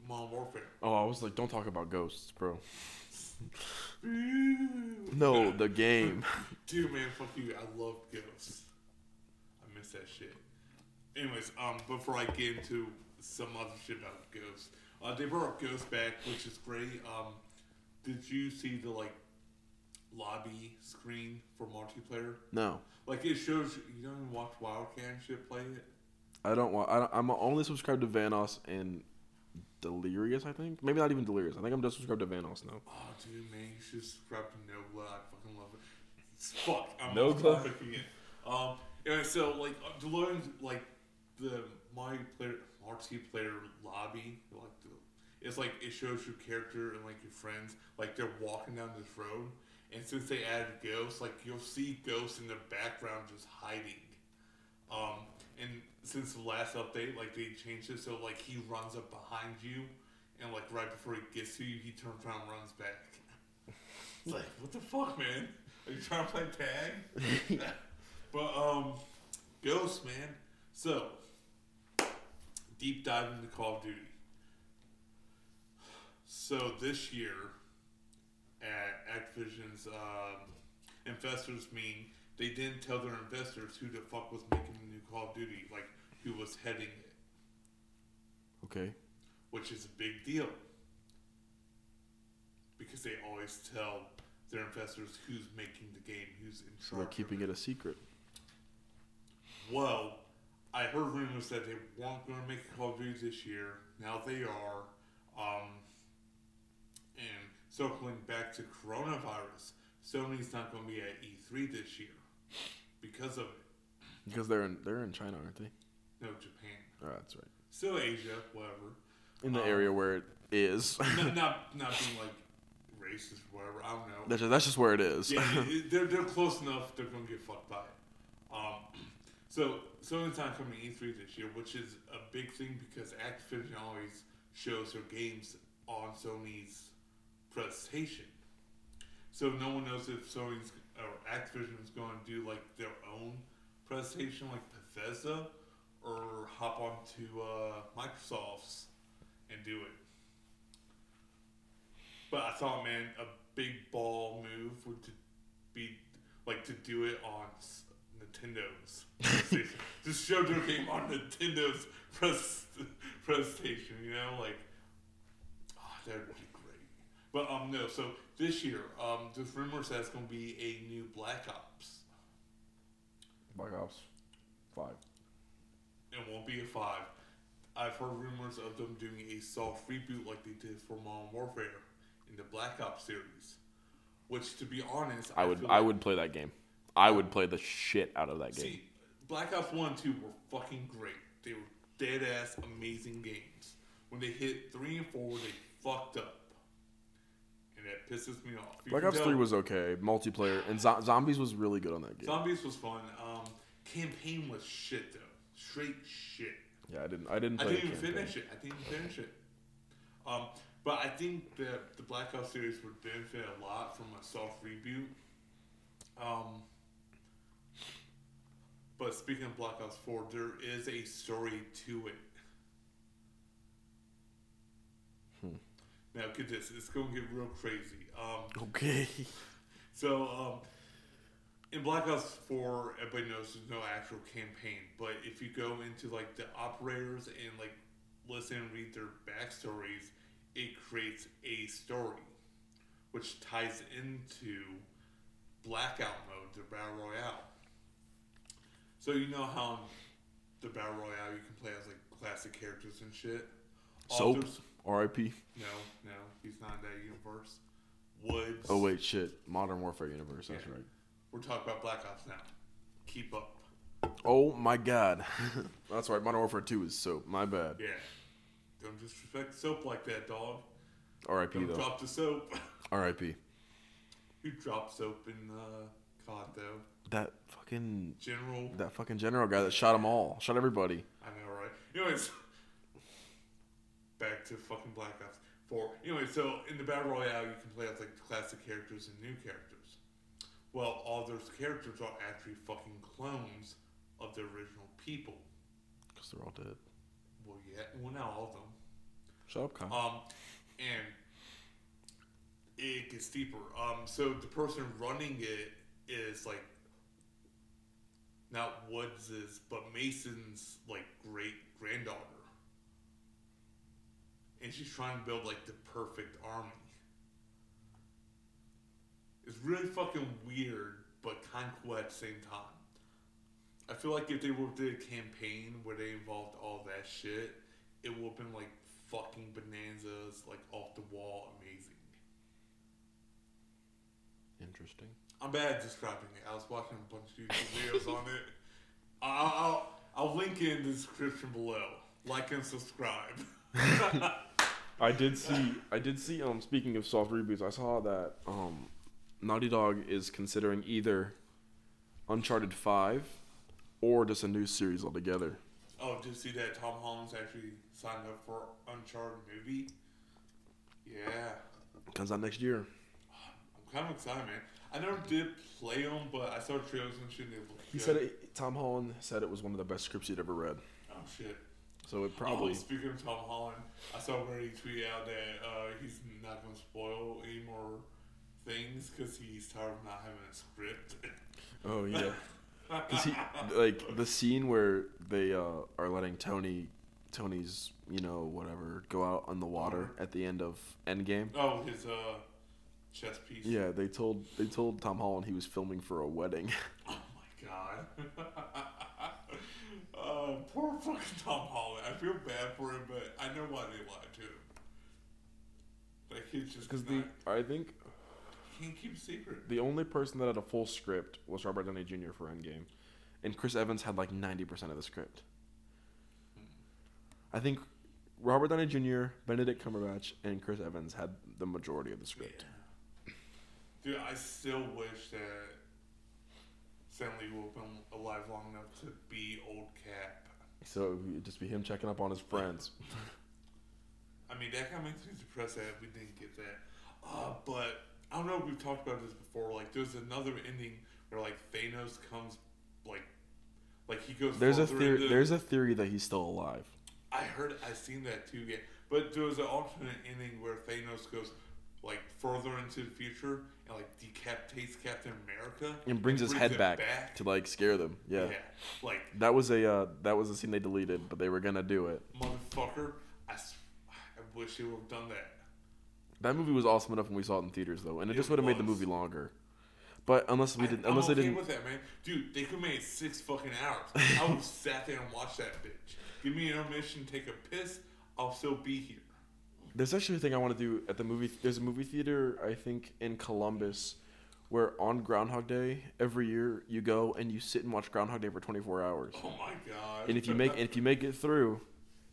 A: Modern Warfare.
B: oh, I was like, don't talk about ghosts, bro. No, the game.
A: Dude, man, fuck you. I love ghosts. I miss that shit. Anyways, um, before I get into some other shit about ghosts, uh, they brought ghosts back, which is great. Um, did you see the like lobby screen for multiplayer?
B: no,
A: Like it shows you don't even watch Wildcat and shit play it.
B: I don't want. I don't, I'm only subscribed to Vanos and Delirious. I think maybe not even Delirious. I think I'm just subscribed to Vanos now.
A: Oh, dude, man, you should subscribe to Nova. I fucking love it. It's- Fuck, I'm
B: No
A: off
B: Glove.
A: topic again. Um, and so like uh, DeLorean's like the my player multiplayer lobby, like the, it's like it shows your character and like your friends, like they're walking down this road, and since they added ghosts, like you'll see ghosts in the background just hiding. Um, and since the last update, like they changed it so like he runs up behind you, and like right before he gets to you, he turns around, and runs back. It's like what the fuck, man? Are you trying to play tag? but um, Ghost, man. So deep dive into Call of Duty. So this year, at Activision's um, investors meeting, They didn't tell their investors who the fuck was making the new Call of Duty, like who was heading it,
B: Okay.
A: which is a big deal. Because they always tell their investors who's making the game, who's in
B: So they're
A: charge. of
B: keeping it a secret.
A: Well, I heard rumors that they weren't going to make a Call of Duty this year. Now they are. Um, and circling back to coronavirus, Sony's not going to be at E3 this year because of it.
B: Because they're in they're in China, aren't they?
A: No, Japan.
B: Oh, that's right.
A: Still Asia, whatever.
B: In the
A: Um,
B: area where it is.
A: Not, not, not being like racist, whatever. I don't know.
B: that's, just, that's just where it is.
A: Yeah, it- it- they're, they're close enough, they're going to get fucked by it. Um, so, Sony's not coming to E3 this year, which is a big thing because Activision always shows their games on Sony's presentation. So no one knows if Sony's or Activision is going to do like their own presentation, like Bethesda, or hop onto uh, Microsoft's and do it. But I thought, man, a big ball move would to be like to do it on s- Nintendo's. presentation. Just show their game on Nintendo's press presentation. You know, like Ah, that would be great. But um, no. So this year, um, there's rumors that's going to be a new Black Ops.
B: Black Ops Five.
A: It won't be a five. I've heard rumors of them doing a soft reboot like they did for Modern Warfare in the Black Ops series. Which, to be honest,
B: I would
A: feel
B: I
A: like-
B: would play that game. I would play the shit out of that game.
A: see. Black Ops One, and Two were fucking great. They were dead ass amazing games. When they hit three and four, they fucked up, and that pisses me off. You
B: Black
A: can
B: Ops
A: tell-
B: Three was okay. Multiplayer and zo- zombies was really good on that game.
A: Zombies was fun. Um, campaign was shit though. Straight shit.
B: Yeah, I didn't I didn't
A: I
B: play.
A: didn't even
B: the campaign.
A: finish it. I didn't even finish it. Um, but I think that the Black Ops series would benefit a lot from a soft reboot. Um, but speaking of Black Ops 4, there is a story to it.
B: Hmm.
A: Now, get this. It's going to get real crazy. Um,
B: Okay.
A: so, um, in Black Ops 4, everybody knows there's no actual campaign, but if you go into like the operators and like listen and read their backstories, it creates a story which ties into Blackout mode, the Battle Royale. So, you know how in the Battle Royale you can play as like classic characters and shit?
B: Soap.
A: Authors-
B: R.I.P.
A: No, no, he's not in that universe. Woods.
B: Oh wait, shit. Modern Warfare universe. That's
A: Yeah.
B: right.
A: We're talking about Black Ops now. Keep up.
B: Oh my god. That's right. Modern Warfare 2 is soap. My bad.
A: Yeah. Don't disrespect soap like that, dog.
B: R.I.P.
A: Don't
B: though.
A: drop the soap.
B: R.I.P.
A: Who dropped soap in uh, COD, though?
B: That fucking
A: General.
B: that fucking general guy that shot them all, shot everybody.
A: I know, right? Anyways, back to fucking Black Ops 4. Anyway, so in the Battle Royale, you can play as like classic characters and new characters. Well, all those characters are actually fucking clones of the original people.
B: Cause they're all dead.
A: Well, yeah, well, not all of them.
B: Shut up, Kyle.
A: Um, and it gets deeper. Um, so the person running it is like not Woods's, but Mason's like great granddaughter, and she's trying to build like the perfect army. It's really fucking weird, but kind of cool at the same time. I feel like if they would have did a campaign where they involved all that shit, it would have been like fucking bonanzas, like off the wall, amazing.
B: Interesting.
A: I'm bad at describing it. I was watching a bunch of YouTube videos on it. I'll, I'll, I'll link it in the description below. Like and subscribe.
B: I did see. I did see. Um, speaking of soft reboots, I saw that um, Naughty Dog is considering either Uncharted Five or just a new series altogether.
A: oh, did you see that Tom Holland's actually signed up for Uncharted movie? Yeah.
B: Comes out next year.
A: I'm kind of excited, man. I never did play them, but I saw trailers and shit. And they looked
B: He
A: good.
B: said it, Tom Holland said it was one of the best scripts he'd ever read.
A: Oh, shit.
B: So it probably.
A: Oh, speaking of Tom Holland, I saw where he tweeted out that uh, he's not going to spoil any more things because he's tired of not having a script.
B: Oh yeah. Cause he like the scene where they uh, are letting Tony, Tony's you know whatever go out on the water at the end of Endgame.
A: Oh, his uh, chess piece.
B: Yeah, they told they told Tom Holland he was filming for a wedding.
A: Oh my god. uh, poor fucking Tom Holland. I feel bad for him, but I know why they lied to him. Like he's just
B: Because
A: not,
B: the I think
A: he can keep a secret.
B: the only person that had a full script was Robert Downey Jr. for Endgame, and Chris Evans had like ninety percent of the script. I think Robert Downey Jr., Benedict Cumberbatch, and Chris Evans had the majority of the script.
A: Yeah. Dude, I still wish that Stanley would have been alive long enough to be old Cap.
B: So it'd just be him checking up on his friends.
A: I mean, that kind of makes me depressed that we didn't get that. Uh, but I don't know if we've talked about this before. Like, there's another ending where like Thanos comes, like, like he goes.
B: There's a
A: further
B: theory.
A: into-
B: There's a theory that he's still alive.
A: I heard. I seen that too. Yeah, but there was an alternate ending where Thanos goes like further into the future and like decapitates Captain America
B: and brings his head
A: it
B: back, to like scare them. Yeah.
A: like
B: That was a uh, that was a scene they deleted, but they were gonna do it.
A: motherfucker. I, s- I wish they would have done that.
B: That movie was awesome enough when we saw it in theaters though, and it,
A: It
B: just would have made the
A: was.
B: movie longer. But unless we didn't,
A: I, am
B: unless
A: okay
B: they didn't,
A: with that, man. Dude, they could have made six fucking hours. I would have sat there and watched that bitch. Give me an intermission, take a piss. I'll still be here.
B: there's actually a thing I want to do at the movie. There's a movie theater I think in Columbus, where on Groundhog Day every year you go and you sit and watch Groundhog Day for 24 hours.
A: Oh my god.
B: And if you make and if you make it through,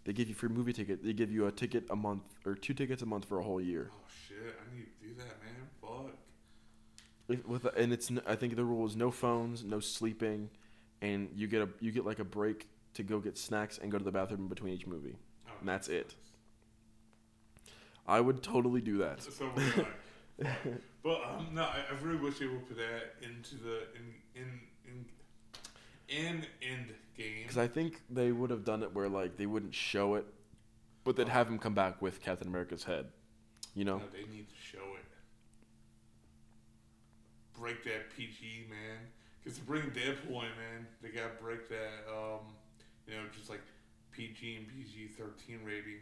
B: they give you free movie ticket. They give you a ticket a month or two tickets a month for a whole year.
A: oh shit, I need to do that, man. Fuck.
B: If- with and it's n- I think the rule is no phones, no sleeping, and you get a you get like a break to go get snacks and go to the bathroom in between each movie.
A: Oh,
B: And that's it. I would totally do that.
A: So we're like, fuck. but um, no, I, I really wish they would put that into the in in in in end game.
B: Because I think they would have done it where like they wouldn't show it, but they'd have him come back with Captain America's head. You know,
A: No, they need to show it. Break that PG, man. Because to bring Deadpool in, man, they gotta break that, um, you know, just like PG and PG 13 rating.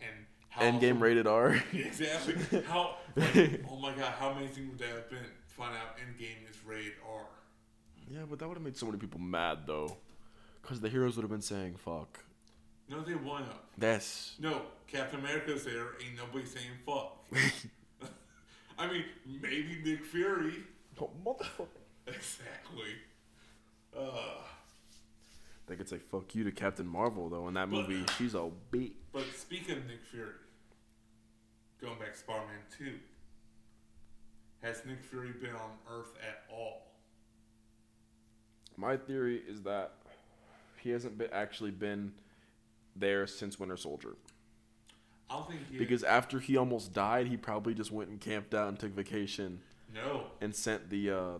A: And how.
B: Endgame rated R.
A: Exactly. How. Like, oh my god, how amazing would that have been? to Find out Endgame is rated R.
B: yeah, but that would have made so many people mad though, because the heroes would have been saying "fuck."
A: No, they won up.
B: That's
A: No, Captain America's there. Ain't nobody saying fuck. I mean, maybe Nick Fury.
B: oh, motherfucker.
A: Exactly. Uh,
B: They could say "fuck you" to Captain Marvel though. In that
A: But-
B: movie, she's all beat.
A: but speaking of Nick Fury, going back to Spider Man 2, has Nick Fury been on Earth at all?
B: My theory is that he hasn't been, actually been there since Winter Soldier.
A: I don't think he
B: Because after he almost died, he probably just went and camped out and took vacation
A: No.
B: and sent the uh,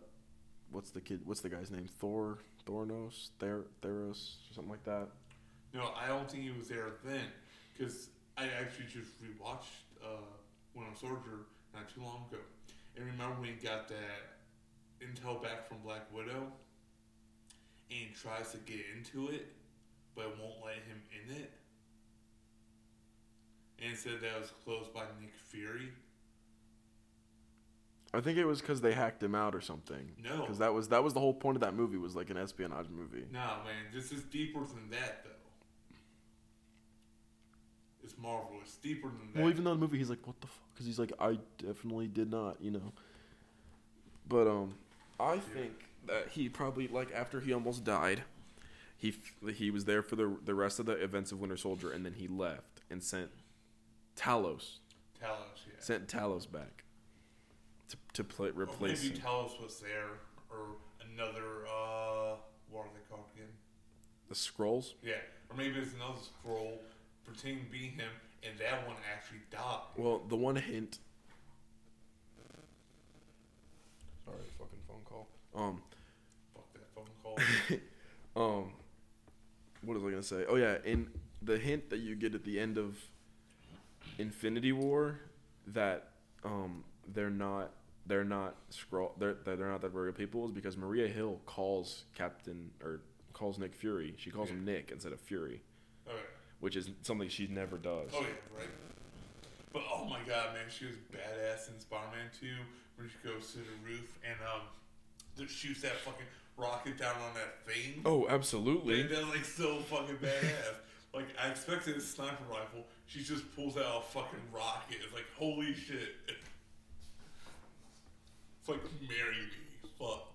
B: what's the kid? What's the guy's name? Thor, Thornos, Ther- Theros, or something like that.
A: No, I don't think he was there then. Because I actually just rewatched uh, Winter Soldier not too long ago. And remember when he got that intel back from Black Widow? And he tries to get into it, but it won't let him in it. And it said that was closed by Nick Fury.
B: I think it was because they hacked him out or something.
A: No.
B: because that was that was the whole point of that movie was like an espionage movie.
A: Nah, man, this is deeper than that, though. It's Marvel. It's deeper than that.
B: Well, even though in the movie he's like, "What the fuck?" Because he's like, "I definitely did not," you know. But um, I think that he probably like after he almost died, he f- he was there for the the rest of the events of Winter Soldier, and then he left and sent Talos
A: Talos, yeah.
B: sent Talos back to to play,
A: Or
B: replace
A: Maybe
B: him.
A: Talos was there, or another uh, what are they called again?
B: the scrolls.
A: Yeah, or maybe it's another scroll pretending to be him, and that one actually died.
B: Well, the one hint. Sorry, fucking phone call. Um.
A: Fuck that phone call.
B: um, what was I gonna say? Oh yeah, in the hint that you get at the end of Infinity War, that um, they're not they're not scroll they're they're not that very people is because Maria Hill calls Captain or calls Nick Fury. She calls him Nick instead of Fury,
A: Okay.
B: which is something she never does.
A: Oh yeah, right. But oh my god, man, she was badass in Spider-Man 2 when she goes to the roof and um, just shoots that fucking rocket down on that thing.
B: Oh,
A: Man,
B: absolutely.
A: that's like so fucking badass. like I expected a sniper rifle. She just pulls out a fucking rocket. It's like holy shit. It's like marry me, fuck.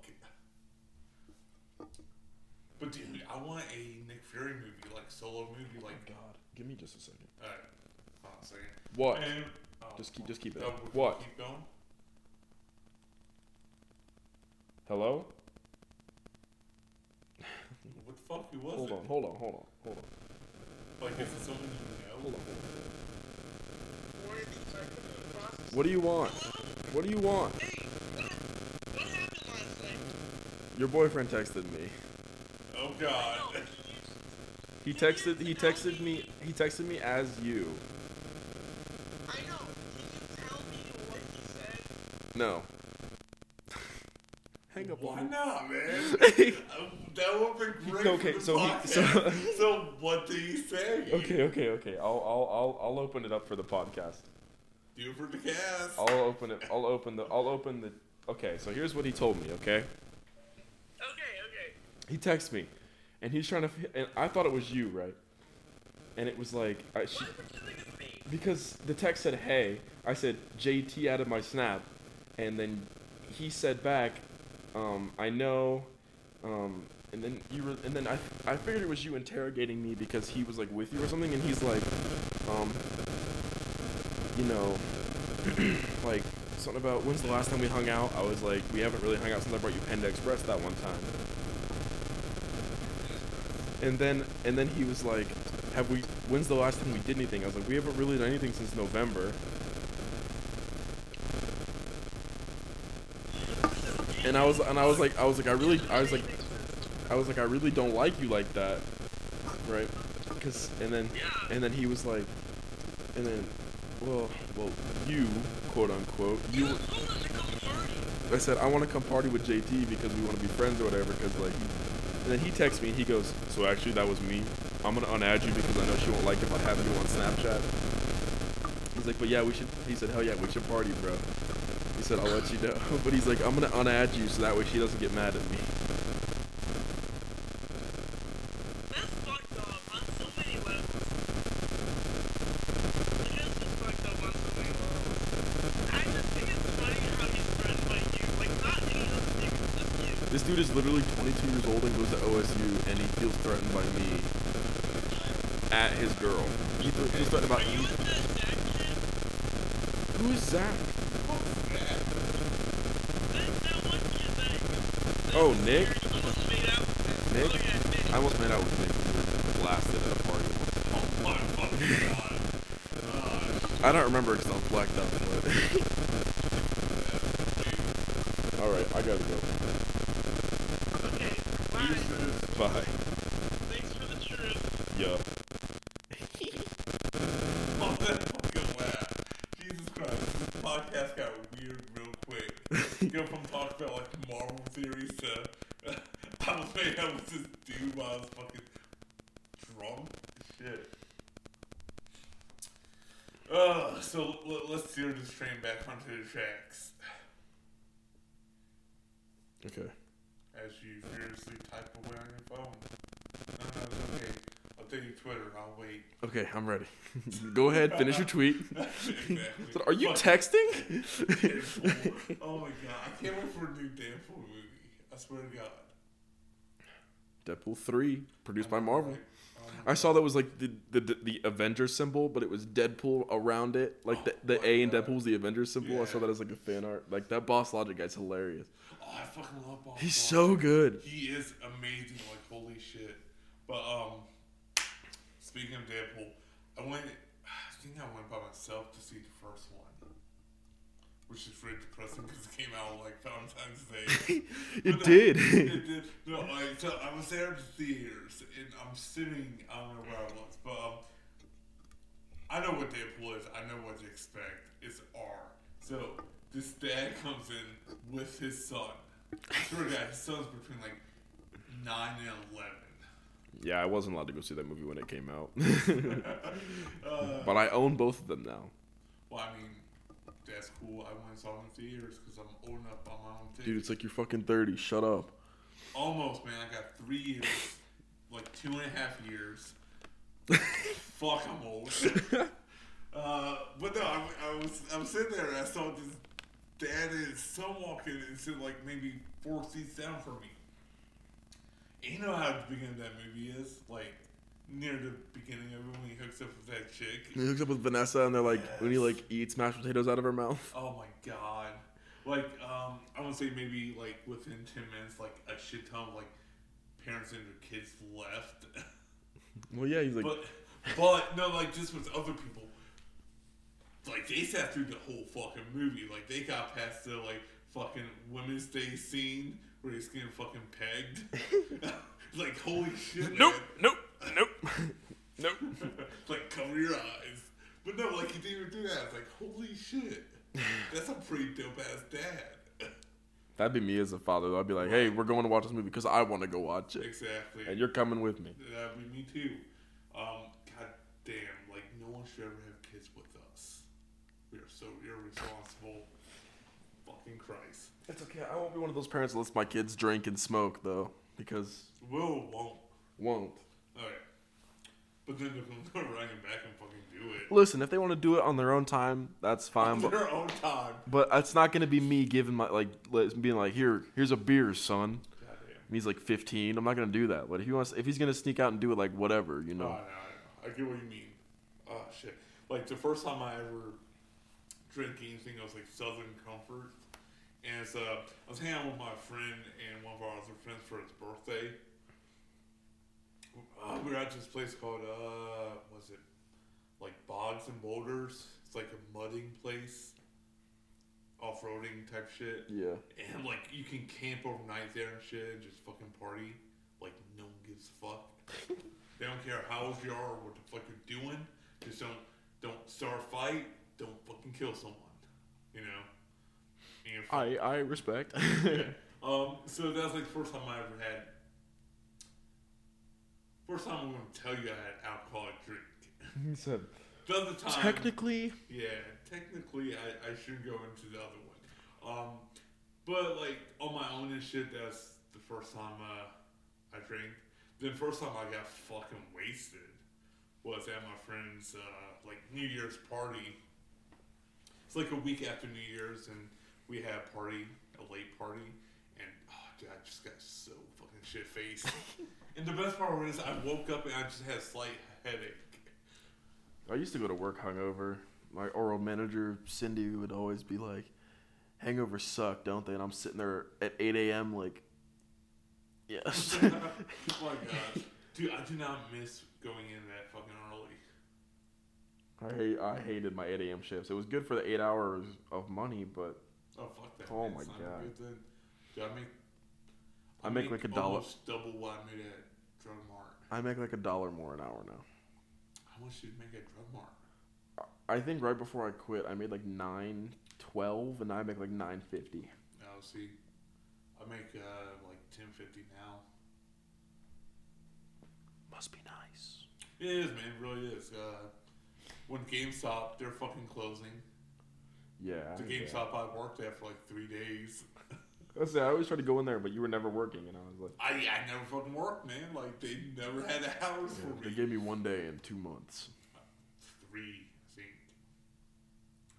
A: But dude, I want a Nick Fury movie, like solo movie, like
B: God, give me just a second.
A: Alright, hold on a second.
B: What?
A: And- oh,
B: Just keep just keep it.
A: no, we're gonna
B: What?
A: Keep going.
B: Hello?
A: What the fuck? Who was
B: Hold
A: it?
B: on, hold on, hold on, hold on,
A: Like, is it someone you know?
B: hold on. What do you want? What do you want? Your boyfriend texted me.
A: Oh god.
B: He texted he texted me he texted me as you. No. Hang up
A: Why
B: on me.
A: not, man? Uh, that would have been great.
B: Okay,
A: for the
B: so he-
A: podcast.
B: so-
A: so what do you say?
B: Okay, okay, okay. I'll I'll I'll I'll open it up for the podcast.
A: Do it for the cast.
B: I'll open it I'll open the I'll open the Okay, so here's what he told me, okay? He texts me and he's trying to f- and I thought it was you, right? And it was like I, she, because the text said hey i said jt out of my snap and then he said back um, i know um, and then you were and then I, I figured it was you interrogating me because he was like with you or something and he's like um, you know like something about when's the last time we hung out i was like we haven't really hung out since i brought you panda express that one time and then and then he was like, "Have we? When's the last time we did anything?" I was like, "We haven't really done anything since November." And I was and I was like I was like I really I was like I was like I really don't like you like that, right? Cause and then and then he was like, and then, well well you quote unquote you I said, I want to come party with JT because we want to be friends or whatever. Because like, and then he texts me and he goes, so actually that was me. I'm gonna unadd you because I know she won't like if I have you on Snapchat. He's like, but yeah, we should. He said, hell yeah, we should party, bro. He said, I'll let you know. But he's like, I'm gonna unadd you so that way she doesn't get mad at me. This dude is literally 22 years old and goes to OSU and he feels threatened by me at his girl. He th- feels threatened about me. Who is Zach? Oh, Nick? Nick? I almost made out with Nick. We were Blasted at a party.
A: Oh my fucking god. Uh,
B: I don't remember because I was blacked out. But all right, I gotta go. Bye. Yup.
A: oh, that fucking laugh. Jesus Christ. This podcast got weird real quick. Go from talking about like Marvel theories to. I was made out with this dude while I was fucking drunk. Shit. Uh, so l- let's steer this train back onto the tracks.
B: Okay.
A: as you furiously type away on your phone. No, no, it's okay. I'll tell you Twitter. I'll wait.
B: Okay, I'm ready. go ahead, finish your tweet.
A: Exactly.
B: So, Are you
A: Fuck
B: texting?
A: Deadpool. oh my god, I can't wait for a new Deadpool movie. I swear to God.
B: Deadpool three, produced by Marvel.
A: Um,
B: I saw that was like the the, the, the Avengers symbol, but it was Deadpool around it. Like the, the A in Deadpool was the Avengers symbol. I saw that as like a fan art. Like that Boss Logic guy's hilarious.
A: oh, I fucking love Bob.
B: He's
A: Ross.
B: so good.
A: He is amazing. Like holy shit. But um, speaking of Deadpool, I went. I think I went by myself to see the first one, which is really depressing because it came out like Valentine's Day.
B: It
A: But no,
B: did.
A: it did. No, I, so I was there at the theaters, and I'm sitting. I don't know where I was, but um, I know what Deadpool is. I know what to expect. It's R. So this dad comes in with his son. Swear to God, his son's between like nine and eleven.
B: Yeah, I wasn't allowed to go see that movie when it came out.
A: uh,
B: but I own both of them now.
A: well, I mean, that's cool. I went and saw him in theaters because I'm old enough by my own ticket.
B: Dude, it's like you're fucking 30. Shut up.
A: Almost, man. I got three years, like two and a half years. Fuck, I'm old. Uh, but no, I, I was I was sitting there and I saw this dad and his son walking and sitting like maybe four seats down from me. And you know how the beginning of that movie is like near the beginning of it when he hooks up with that chick.
B: He hooks up with Vanessa and they're like, when he like eats mashed potatoes out of her mouth.
A: Oh my god! Like um, I want to say maybe like within ten minutes, like a shit ton of like parents and their kids left.
B: Well, yeah, he's like,
A: but but no, like just with other people, like they sat through the whole fucking movie. Like they got past the like fucking Women's Day scene where he's getting fucking pegged. like holy shit!
B: nope,
A: man.
B: nope, nope, nope.
A: like cover your eyes. But no, like he didn't even do that. It's like holy shit. That's a pretty dope ass dad.
B: That'd be me as a father. though. I'd be like, hey, we're going to watch this movie because I want to go watch it.
A: exactly.
B: And you're coming with me.
A: That'd be me too. Um, God damn, like no one should ever have kids with us. We are so irresponsible. Fucking Christ.
B: It's okay. I won't be one of those parents that lets my kids drink and smoke, though, because
A: Will won't.
B: won't.
A: Alright. But then they're gonna run it back and fucking do it.
B: Listen, if they want to do it on their own time, that's fine.
A: On
B: But
A: their own time.
B: but it's not gonna be me giving my like let- being like, here, here's a beer, son.
A: God damn.
B: And he's like 15. I'm not gonna do that. But if he wants, if he's gonna sneak out and do it, like whatever, you
A: No.
B: know.
A: I know, I know. I get what you mean. Oh shit. Like the first time I ever drank anything, I was like Southern Comfort. And so I was hanging out with my friend and one of our other friends for his birthday. Uh, we were at this place called uh, was it like Bogs and Boulders? It's like a mudding place, off-roading type shit.
B: Yeah.
A: And like you can camp overnight there and shit, and just fucking party. Like no one gives a fuck. they don't care how old you are or what the fuck you're doing. Just don't don't start a fight. Don't fucking kill someone. You know. And you're fucking-
B: I I respect.
A: um, so that was like the first time I ever had. First time I'm gonna tell you I had alcoholic drink.
B: he said,
A: The other
B: Um,
A: time,
B: technically,
A: yeah, technically, I, I should go into the other one. Um, but like on my own and shit, that's the first time uh, I drank. The first time I got fucking wasted was at my friend's uh, like New Year's party. It's like a week after New Year's, and we had a party, a late party, and oh dude, I just got so fucking shit faced. and the best part was I woke up and I just had a slight headache.
B: I used to go to work hungover. My oral manager Cindy would always be like, "Hangovers suck, don't they?" And I'm sitting there at 8 a.m. like, yes.
A: oh my god. Dude, I do not miss going in that fucking early.
B: I hate, I hated my 8 a.m. shifts. It was good for the eight hours of money, but
A: Oh fuck that.
B: Oh
A: man,
B: my
A: it's not a
B: God.
A: good thing. Dude, I make
B: I make like a dollar.
A: almost double what I made at Drug Mart.
B: I make like a dollar more an hour now.
A: How much did you make at Drug Mart?
B: I think right before I quit, I made like nine twelve, and now I make like nine fifty.
A: No, see. I make uh like ten fifty now.
B: Must be nice.
A: It is, man, it really is. Uh when GameStop, they're fucking closing.
B: Yeah.
A: The
B: Oh, yeah.
A: GameStop I worked at for like three days.
B: I say I always tried to go in there, but you were never working, and I was like,
A: I I never fucking worked, man. Like they never had hours for me.
B: they gave me one day in two months.
A: three, I think.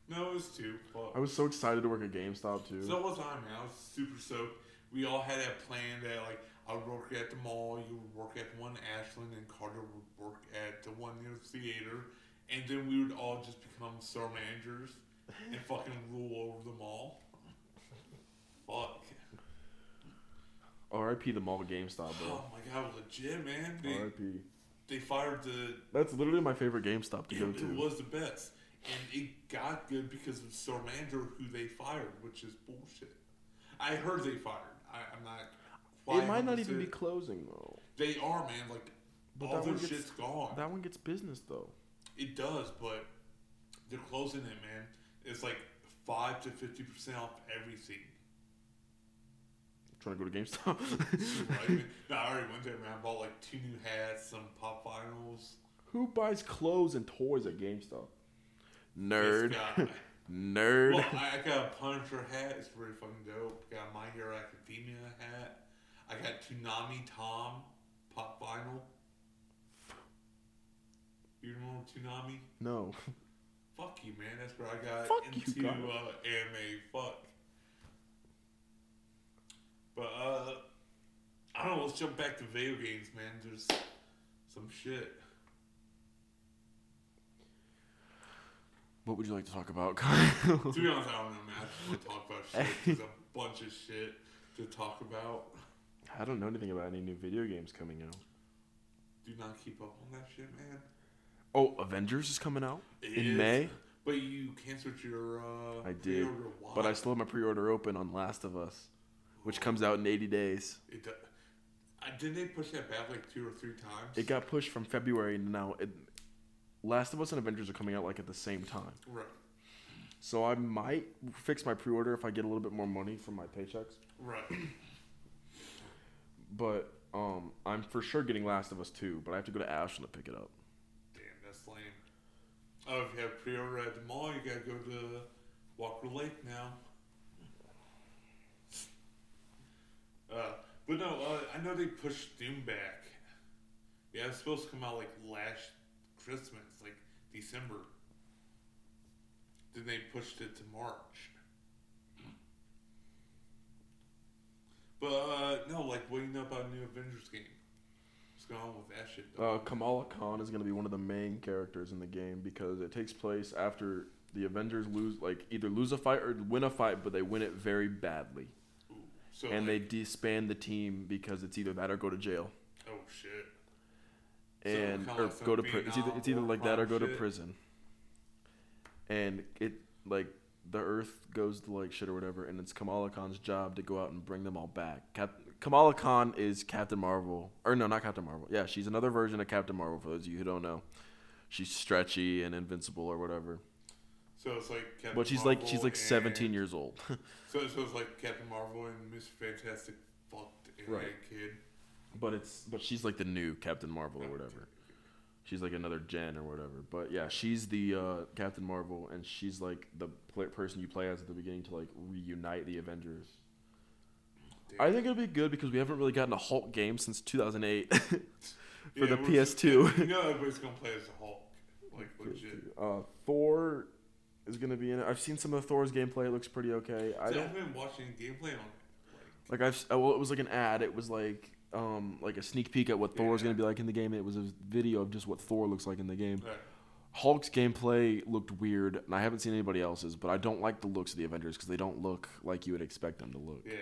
A: No, it was two.
B: I
A: Fuck.
B: was so excited to work at GameStop too.
A: So was I, man. I was super stoked. We all had that plan that, like, I would work at the mall, you would work at one Ashland, and Carter would work at the one near the theater. And then we would all just become store managers and fucking rule over the mall. Fuck.
B: R.I.P. the mall GameStop, bro.
A: Oh my god, legit, man. They,
B: R.I.P.
A: they fired the
B: That's literally my favorite GameStop to
A: It,
B: go
A: it
B: to.
A: was the best. And it got good because of the store manager who they fired, which is bullshit. I heard they fired. I, I'm not.
B: It might not even be
A: 100%
B: closing though.
A: They are, man. Like,
B: But
A: all
B: that one
A: their
B: gets-
A: shit's gone.
B: That one gets business though.
A: It does, but they're closing it, man. It's like five to fifty percent off everything.
B: trying to go to GameStop.
A: Like, no, I already went there, man. I bought like two new hats, some pop finals.
B: Who buys clothes and toys at GameStop?
A: This
B: Nerd.
A: guy.
B: Nerd.
A: Well, I, I got a Punisher hat. It's pretty fucking dope. Got a My Hero Academia hat. I got Toonami Tom pop vinyl. You remember Toonami?
B: no.
A: Fuck you, man. That's where I got
B: Fuck you,
A: into uh,
B: God.
A: anime. Fuck. But uh, I don't know. Let's jump back to video games, man. There's some shit.
B: What would you like to talk about, Kyle?
A: To be honest, I don't know, man. I just want to talk about shit. There's a bunch of shit to talk about.
B: I don't know anything about any new video games coming out.
A: Do not keep up on that shit, man.
B: Oh, Avengers is coming out
A: It
B: in
A: is-
B: May.
A: But you canceled your. Uh,
B: I did,
A: pre-order. Why?
B: But I still have my pre-order open on Last of Us, which comes out in 80 days.
A: It, do- I didn't they push that back like two or three times?
B: It got pushed from February and now. It, Last of Us and Avengers are coming out like at the same time.
A: right,
B: So I might fix my pre-order if I get a little bit more money from my paychecks.
A: right.
B: But um, I'm for sure getting Last of Us 2, but I have to go to Ashland to pick it up.
A: Damn, that's lame. Oh, if you have pre-order at the mall, you gotta go to Walker Lake now. Uh, but no, uh, I know they pushed Doom back. Yeah, it's supposed to come out like last Christmas, like December. Then they pushed it to March. But uh, no, like what do you know about a new Avengers game? What's going on with that shit?
B: Uh, Kamala Khan is going to be one of the main characters in the game because it takes place after the Avengers lose, like either lose a fight or win a fight, but they win it very badly,
A: Ooh, so like,
B: and they disband the team because it's either that or go to jail
A: Oh shit! So
B: and
A: kinda
B: or
A: like some
B: go to prison. It's either,
A: Vietnam
B: it's either
A: War
B: like that or
A: crime
B: go to
A: shit.
B: prison. And it like the Earth goes to like shit or whatever, and it's Kamala Khan's job to go out and bring them all back. Cap- Kamala Khan is Captain Marvel, or no, not Captain Marvel. Yeah, she's another version of Captain Marvel. For those of you who don't know, she's stretchy and invincible or whatever.
A: So it's like Captain
B: But she's like she's
A: Marvel
B: like
A: and-
B: 17 years old.
A: So, so it's like Captain Marvel and Miss Fantastic fucked and
B: Right.
A: that kid.
B: But it's but she's like the new Captain Marvel or
A: Okay.
B: whatever. She's like another Jen or whatever. But yeah, she's the uh, Captain Marvel, and she's like the pl- person you play as at the beginning to like reunite the Avengers. I think it'll be good because we haven't really gotten a Hulk game since 2008 for
A: Yeah,
B: the
A: we're-
B: PS2.
A: You know everybody's gonna play as the Hulk, like legit.
B: uh, Thor is gonna be in it. I've seen some of Thor's gameplay. It looks pretty okay. I
A: I
B: don't
A: have been watching gameplay on it.
B: like I've s- oh, well it was like an ad. It was like um like a sneak peek at what Thor's
A: Yeah.
B: gonna be like in the game. It was a video of just what Thor looks like in the game.
A: Like,
B: Hulk's gameplay looked weird, and I haven't seen anybody else's, but I don't like the looks of the Avengers because they don't look like you would expect them to look.
A: yeah.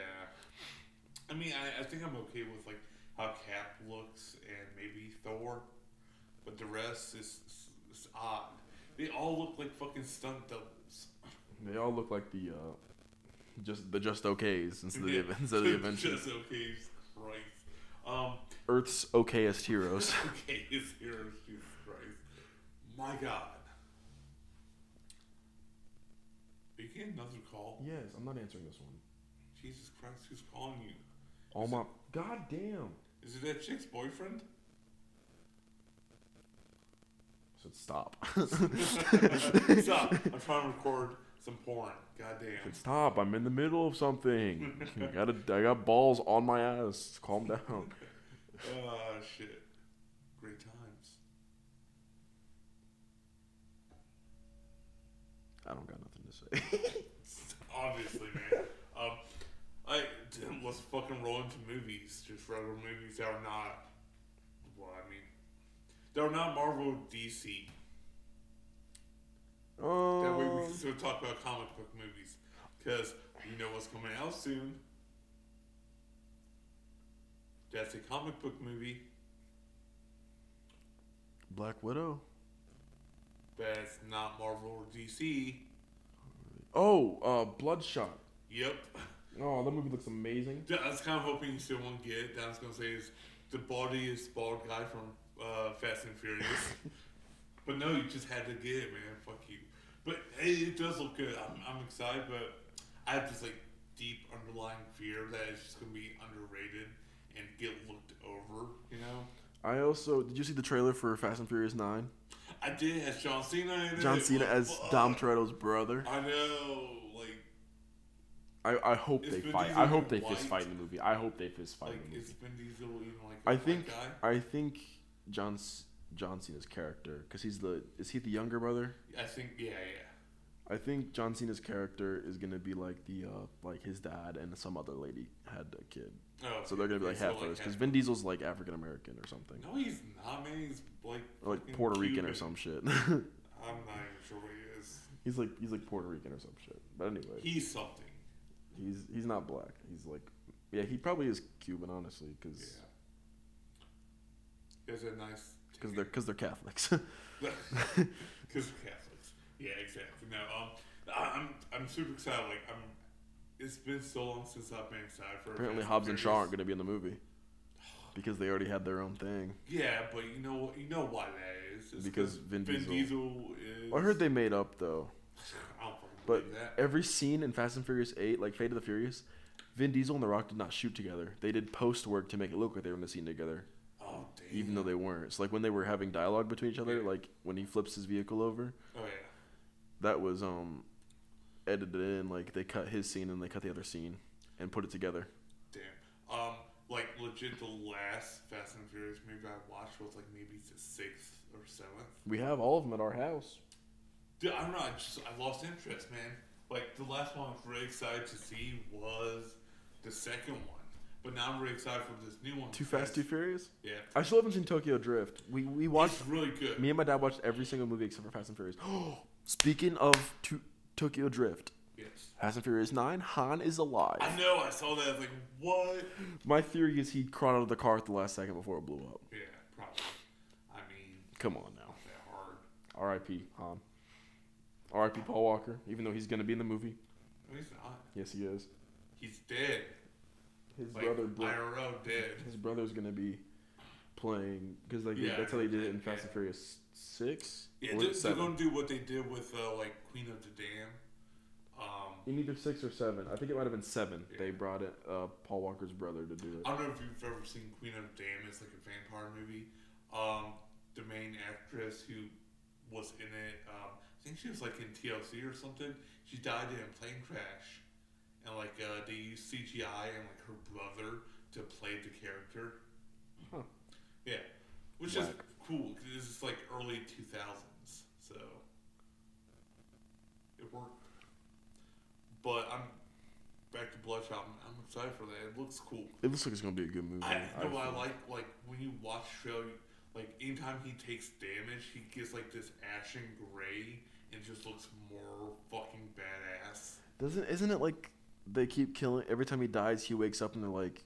A: I mean, I, I think I'm okay with like how Cap looks and maybe Thor, but the rest is, is, is odd. They all look like fucking stunt doubles.
B: They all look like the uh, just the just okays instead of
A: Yeah.
B: the, instead of the Avengers.
A: Just okay, Christ. Um,
B: Earth's okayest heroes.
A: okay, his heroes, Jesus Christ. My God. Are you getting another call?
B: yes, I'm not answering this one.
A: Jesus Christ, who's calling you?
B: All my god damn.
A: Is it that chick's boyfriend?
B: I said stop.
A: Stop. I'm trying to record some porn. God damn.
B: stop! I'm in the middle of something. I got I got balls on my ass. Calm down.
A: Ah, shit. Great times.
B: I don't got nothing to say.
A: Obviously, man. um, I damn, let's fucking roll into movies, just regular movies that are not. Well, I mean, that are not Marvel, DC. That way we
B: Um,
A: can still talk about comic book movies because you know what's coming out soon. That's a comic book movie.
B: Black Widow.
A: That's not Marvel or DC.
B: Oh, uh, Bloodshot.
A: Yep.
B: Oh, that movie looks amazing.
A: I was kind of hoping you still won't get it. That I was gonna say is the body is bald guy from uh, Fast and Furious, but no, you just had to get it, man. Fuck you. But it, it does look good. I'm, I'm excited, but I have this like deep underlying fear that it's just gonna be underrated and get looked over. You know,
B: I also did you see the trailer for Fast and Furious Nine?
A: I did as John Cena. in it.
B: John Cena
A: Like,
B: as
A: fuck.
B: Dom Toretto's brother.
A: I know, like,
B: I, I hope
A: Is
B: they
A: Vin
B: fight.
A: Diesel
B: I hope they
A: even
B: fist
A: white?
B: fight in the movie. I hope they fist fight
A: like
B: in the
A: is
B: movie.
A: Vin Diesel even like a
B: I
A: white
B: think
A: guy?
B: I think John C- John Cena's character because he's the is he the younger brother?
A: I think yeah, yeah.
B: I think John Cena's character is gonna be like the uh like his dad and some other lady had a kid,
A: Oh,
B: so they're gonna be
A: okay,
B: like
A: so,
B: half brothers because
A: half-
B: Vin Diesel's like African American or something,
A: No, he's not. Man, he's like
B: or like
A: fucking
B: Puerto Rican or
A: Cuban.
B: some shit.
A: I'm not even sure what he is.
B: he's like he's like Puerto Rican or some shit. But anyway,
A: He's something.
B: he's he's not black. He's like yeah, he probably is Cuban honestly
A: Yeah.
B: because
A: There's a nice.
B: because they're because they're Catholics.
A: because Catholics. Yeah, exactly. No, um, I, I'm I'm super excited. Like I'm, it's been so long since I've been excited for. a
B: Apparently,
A: Fast
B: Hobbs and Shaw
A: Furious.
B: aren't gonna be in the movie because they already had their own thing.
A: Yeah, but you know you know why that is. It's
B: Because Vin
A: Vin
B: Diesel-
A: is.
B: I heard they made up though.
A: I don't fucking
B: But
A: believe that.
B: every scene in Fast and Furious 8, like Fate of the Furious, Vin Diesel and The Rock did not shoot together. They did post work to make it look like they were in the scene together,
A: Oh damn.
B: even though they weren't. So like when they were having dialogue between each other,
A: Yeah.
B: like when he flips his vehicle over,
A: Oh yeah.
B: that was um edited in. Like they cut his scene and they cut the other scene and put it together.
A: Damn. Um, like legit, the last Fast and Furious movie I watched was like maybe the sixth or seventh.
B: We have all of them at our house.
A: Dude, I don't know. I just I lost interest, man. Like the last one I was really excited to see was the second one, but now I'm really excited for this new one.
B: Too Fast, Too Furious.
A: Yeah,
B: I still haven't seen Tokyo Drift. We we watched
A: it's really good.
B: Me and my dad watched every single movie except for Fast and Furious. Speaking of to- Tokyo Drift,
A: yes,
B: Fast and Furious 9, Han is alive.
A: I know. I saw that. I was like, what?
B: My theory is he crawled out of the car at the last second before it blew up.
A: Yeah, probably. I mean,
B: Come on now.
A: that hard.
B: R.I.P. Han. R.I.P. Paul Walker, even though he's going to be in the movie.
A: No, he's not.
B: Yes, he is.
A: He's dead.
B: His
A: Like
B: brother, bro-
A: IRL dead.
B: his brother's going to be playing because like
A: Yeah,
B: that's how they did it in
A: yeah.
B: Fast and Furious six
A: Yeah,
B: or
A: they're, they're
B: seven.
A: gonna do what they did with uh, like Queen of the Dam. Um,
B: in either six or seven, I think it might have been seven.
A: Yeah.
B: They brought it, uh, Paul Walker's brother to do it.
A: I don't know if you've ever seen Queen of Dam. It's like a vampire movie. Um, the main actress who was in it, um, I think she was like in TLC or something. She died in a plane crash, and like uh, they used CGI and like her brother to play the character.
B: Huh.
A: Yeah, which is
B: Whack.
A: cool because this is like early two thousands, so it worked. But I'm back to Bloodshot. I'm, I'm excited for that. It looks cool.
B: It looks like it's gonna be a good movie.
A: I know I
B: feel.
A: like like when you watch show like anytime he takes damage he gets like this ashen gray and just looks more fucking badass.
B: Doesn't isn't it like they keep killing every time he dies? He wakes up and they're like,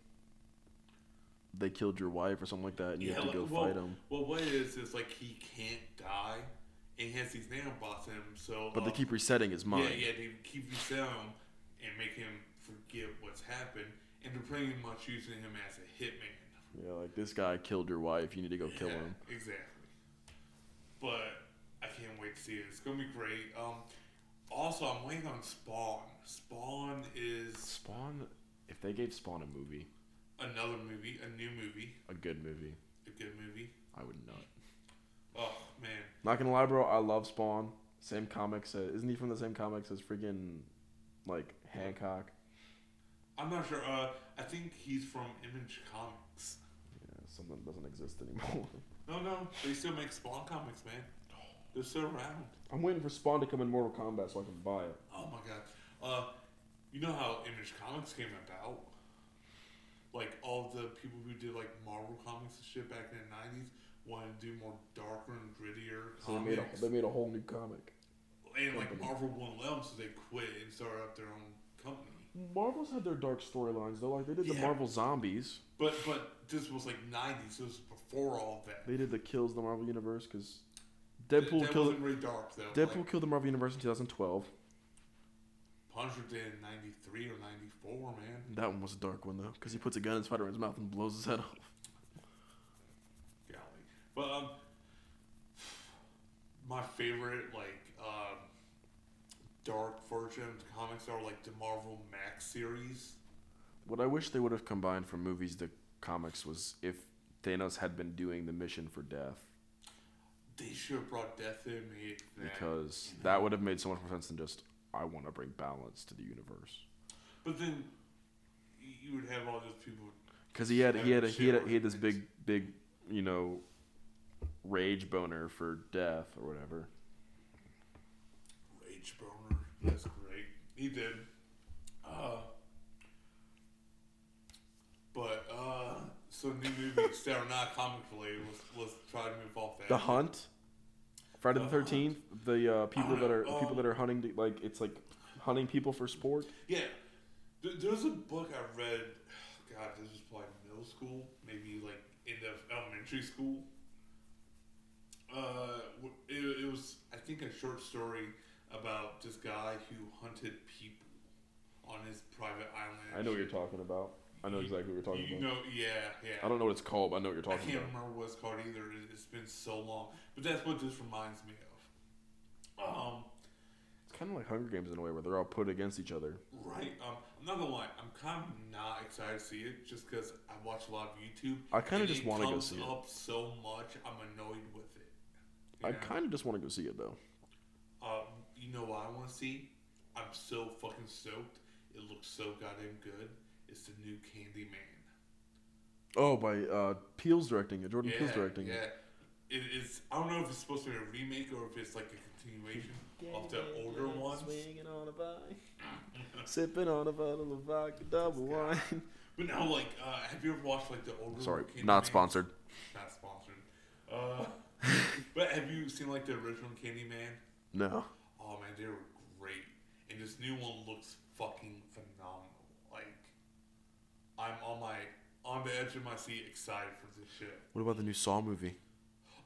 B: they killed your wife or something like that, and you have to
A: like,
B: go
A: well,
B: fight him.
A: Well what it is is like he can't die and he has these nanobots in him so
B: But they
A: um,
B: keep resetting his mind.
A: Yeah, yeah, they keep resetting him and make him forget what's happened and they're pretty much using him as a hitman.
B: Yeah, like this guy killed your wife. You need to go kill
A: Yeah,
B: him.
A: Exactly. But I can't wait to see it. It's gonna be great. Um, also, I'm waiting on Spawn. Spawn is
B: Spawn. If they gave Spawn a movie,
A: another movie, a new movie,
B: a good movie,
A: a good movie.
B: I would not.
A: Oh man,
B: Not gonna lie, bro. I love Spawn. Same comics. uh, Isn't he from the same comics as freaking like Hancock?
A: I'm not sure. Uh, I think he's from Image Comics.
B: Yeah, something that doesn't exist anymore.
A: No, no, they still make Spawn comics, man. They're still around.
B: I'm waiting for Spawn to come in Mortal Kombat so I can buy it.
A: Oh my god. Uh, you know how Image Comics came about? Like all the people who did like Marvel comics and shit back in the nineties wanted to do more darker and grittier
B: So they
A: comics.
B: made, a, they made a whole new comic.
A: and like
B: company.
A: Marvel wouldn't let them, so they quit and started up their own company.
B: Marvel's had their dark storylines though. Like they did the
A: Yeah.
B: Marvel Zombies.
A: But but this was like nineties. This was before all that.
B: They did the kills of the Marvel Universe because
A: Th-
B: Deadpool
A: that
B: killed
A: wasn't really dark though.
B: Deadpool
A: Like,
B: killed the Marvel Universe in 2012.
A: Punisher did in ninety three or ninety four, man.
B: That one was a dark one though because he puts a gun in Spider Man's mouth and blows his head off.
A: Golly. But um, my favorite like um, dark version of the comics that were like the Marvel Max series.
B: What I wish they would have combined from movies to comics was if Thanos had been doing the mission for death,
A: They should have brought Death in made that.
B: because that would have made so much more sense than just I want to bring balance to the universe.
A: But then y- you would have all those people.
B: Because he had he had a, he had a, he had this big big you know rage boner for death or whatever.
A: Rage Boner. That's great. He did. Uh, but uh, some new movies that are not comic related. Let's, let's try to move off that.
B: The Hunt, Friday the
A: The
B: Thirteenth. The uh, people that are the people
A: Um,
B: that are hunting to- like it's like hunting people for sport.
A: Yeah. There, there's a book I read. God, this was probably middle school, maybe like end of elementary school. Uh, w- it, it was I think a short story about this guy who hunted people on his private island.
B: I know what you're talking about. I know exactly what you're talking
A: You
B: about.
A: know, yeah, yeah.
B: I don't know what it's called, but I know what you're
A: I
B: talking
A: can't
B: about.
A: remember what it's called either. It- It's been so long, but that's what this reminds me of. Um,
B: It's kind of like Hunger Games in a way, where they're all put against each other.
A: Right. Um, I'm not gonna lie. I'm kind of not excited to see it just because I watch a lot of YouTube.
B: I kinda
A: and
B: just wanna go
A: comes
B: see it.
A: up so much. I'm annoyed with it. You
B: I
A: know?
B: kind of just want to go see it though.
A: Um, you know what I want to see? I'm so fucking stoked. It looks so goddamn good. It's the new Candyman.
B: Oh, by uh, Peel's directing it. Jordan Peel's directing
A: yeah.
B: it.
A: It is. I don't know if it's supposed to be a remake or if it's like a continuation of the older ones.
B: on a bike, sipping on a bottle of vodka double wine.
A: But now, like, uh, have you ever watched like the older?
B: Sorry,
A: Candyman?
B: not sponsored.
A: not sponsored. Uh, but have you seen like the original Candyman?
B: No.
A: Oh man, they were great, and this new one looks fucking phenomenal. Like, I'm on my on the edge of my seat, excited for this shit.
B: What about the new Saw movie?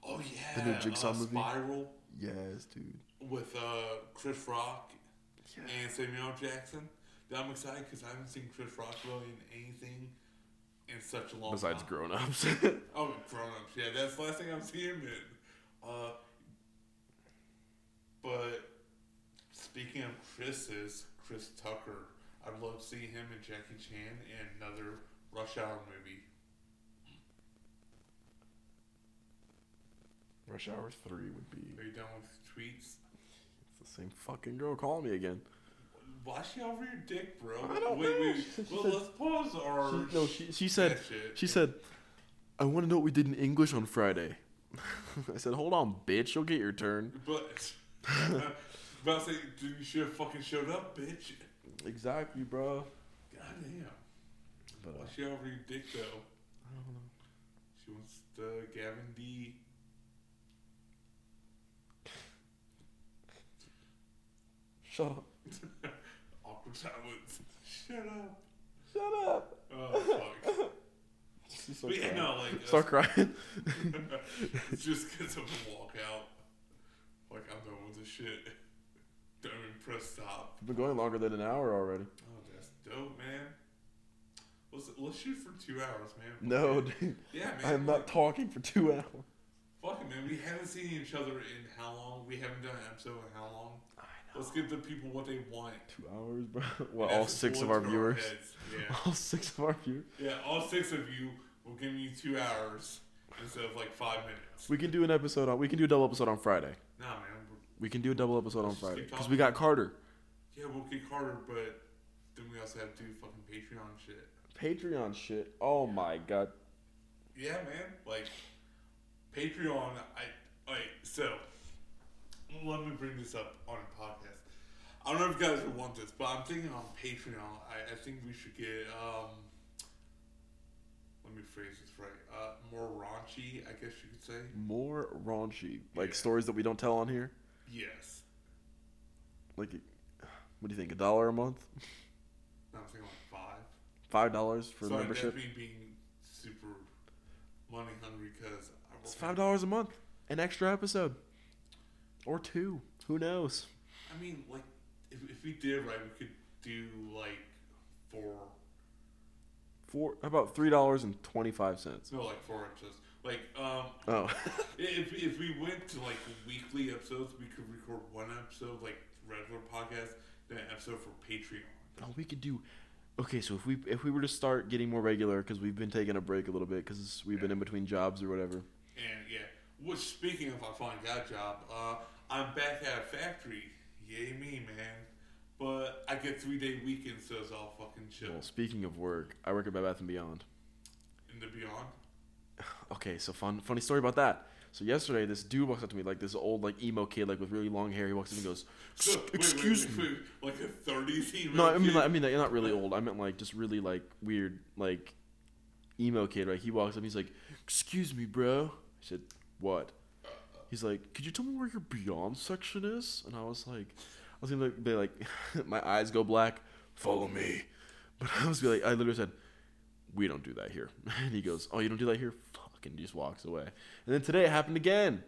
A: Oh yeah,
B: The new Jigsaw
A: uh,
B: movie?
A: Spiral
B: Yes, dude.
A: with uh, Chris Rock
B: Yeah.
A: and Samuel L. Jackson. That I'm excited because I haven't seen Chris Rock really in anything in such a long time.
B: Besides grown ups.
A: Oh, grown ups. Yeah, that's the last thing I'm seeing him in. Uh, but speaking of Chris's, Chris Tucker, I'd love to see him and Jackie Chan in another Rush Hour movie.
B: Rush Hour 3 would be.
A: Are you done with tweets?
B: It's the same fucking girl calling me again.
A: Why she over your dick, bro?
B: I don't
A: wait,
B: know.
A: wait.
B: She- she
A: Well,
B: said-
A: let's pause our.
B: She, no, she, she said,
A: that shit.
B: she said, I want to know what we did in English on Friday. I said, hold on, bitch, you'll get your turn.
A: But. about to say, dude, you should have fucking showed up, bitch.
B: Exactly, bro.
A: Goddamn.
B: But, uh,
A: Why she over your dick, though?
B: I don't know.
A: She wants the Gavin D.
B: Shut up.
A: Awkward silence. Shut up.
B: Shut up.
A: Oh, fuck.
B: She's so
A: but yeah,
B: crying.
A: no, like, uh,
B: Start crying.
A: it's just gets up and walk out. Like, I'm done with this shit. Don't even press stop.
B: We've been going longer than an hour already.
A: Oh, that's dope, man. Let's, let's shoot for two hours, man.
B: No,
A: Fuck it.
B: dude.
A: Yeah, man.
B: I'm not talking for two hours.
A: Fuck it, man. We haven't seen each other in how long? We haven't done an episode in how long?
B: I
A: Let's give the people what they want.
B: Two hours, bro. What,
A: That's
B: all
A: the
B: six of
A: bullet
B: our
A: to
B: viewers?
A: heads. Yeah.
B: All six of our viewers?
A: Yeah, all six of you will give me two hours instead of like five minutes.
B: We can do an episode on. We can do a double episode on Friday.
A: Nah, man. we're-
B: We can do a double episode on
A: Let's just
B: Friday
A: keep
B: because we got Carter.
A: Yeah, we'll get Carter, but then we also have to do fucking Patreon shit.
B: Patreon shit. Oh my god.
A: Yeah, man. Like Patreon, I like so. Let me bring this up on a podcast. I don't know if you guys would want this, but I'm thinking on Patreon. I, I think we should get um. Let me phrase this right. Uh, more raunchy, I guess you could say.
B: More raunchy, like
A: Yeah.
B: stories that we don't tell on here.
A: Yes.
B: Like, what do you think? A dollar a month?
A: No, I'm thinking like five.
B: Five dollars for
A: Sorry,
B: membership?
A: That's me being super money hungry because I
B: It's
A: work-
B: five dollars a month. An extra episode, or two. Who knows?
A: I mean, like, if, if we did right, we could do like four,
B: Four. how About three dollars and twenty-five cents.
A: no, like four episodes. Like, um,
B: Oh,
A: i- if if we went to like weekly episodes, we could record one episode like regular podcast than an episode for Patreon.
B: Oh, we could do. Okay, so if we if we were to start getting more regular because we've been taking a break a little bit because we've been in between jobs or whatever.
A: And yeah, which speaking of, I finally got a job. Uh, I'm back at a factory. Yay me, man. But I get three day weekends, so it's all fucking chill.
B: Well, speaking of work, I work at Bed Bath and Beyond.
A: In the beyond.
B: Okay, so fun funny story about that. So yesterday, this dude walks up to me like this old like emo kid like with really long hair. He walks up and goes,
A: So, wait, wait,
B: "Excuse
A: wait,
B: me."
A: wait, Like a thirties email.
B: No, I mean, like, I mean, like, not really old. I meant like just really like weird, like emo kid. Right? He walks up. He's like, "Excuse me, bro." I said, "What?" He's like, "Could you tell me where your Beyond section is?" And I was like, "I was gonna be like, my eyes go black. Follow me." But I was like, I literally said, "We don't do that here." And he goes, "Oh, you don't do that here?" Fuck, and he just walks away. And then today it happened again.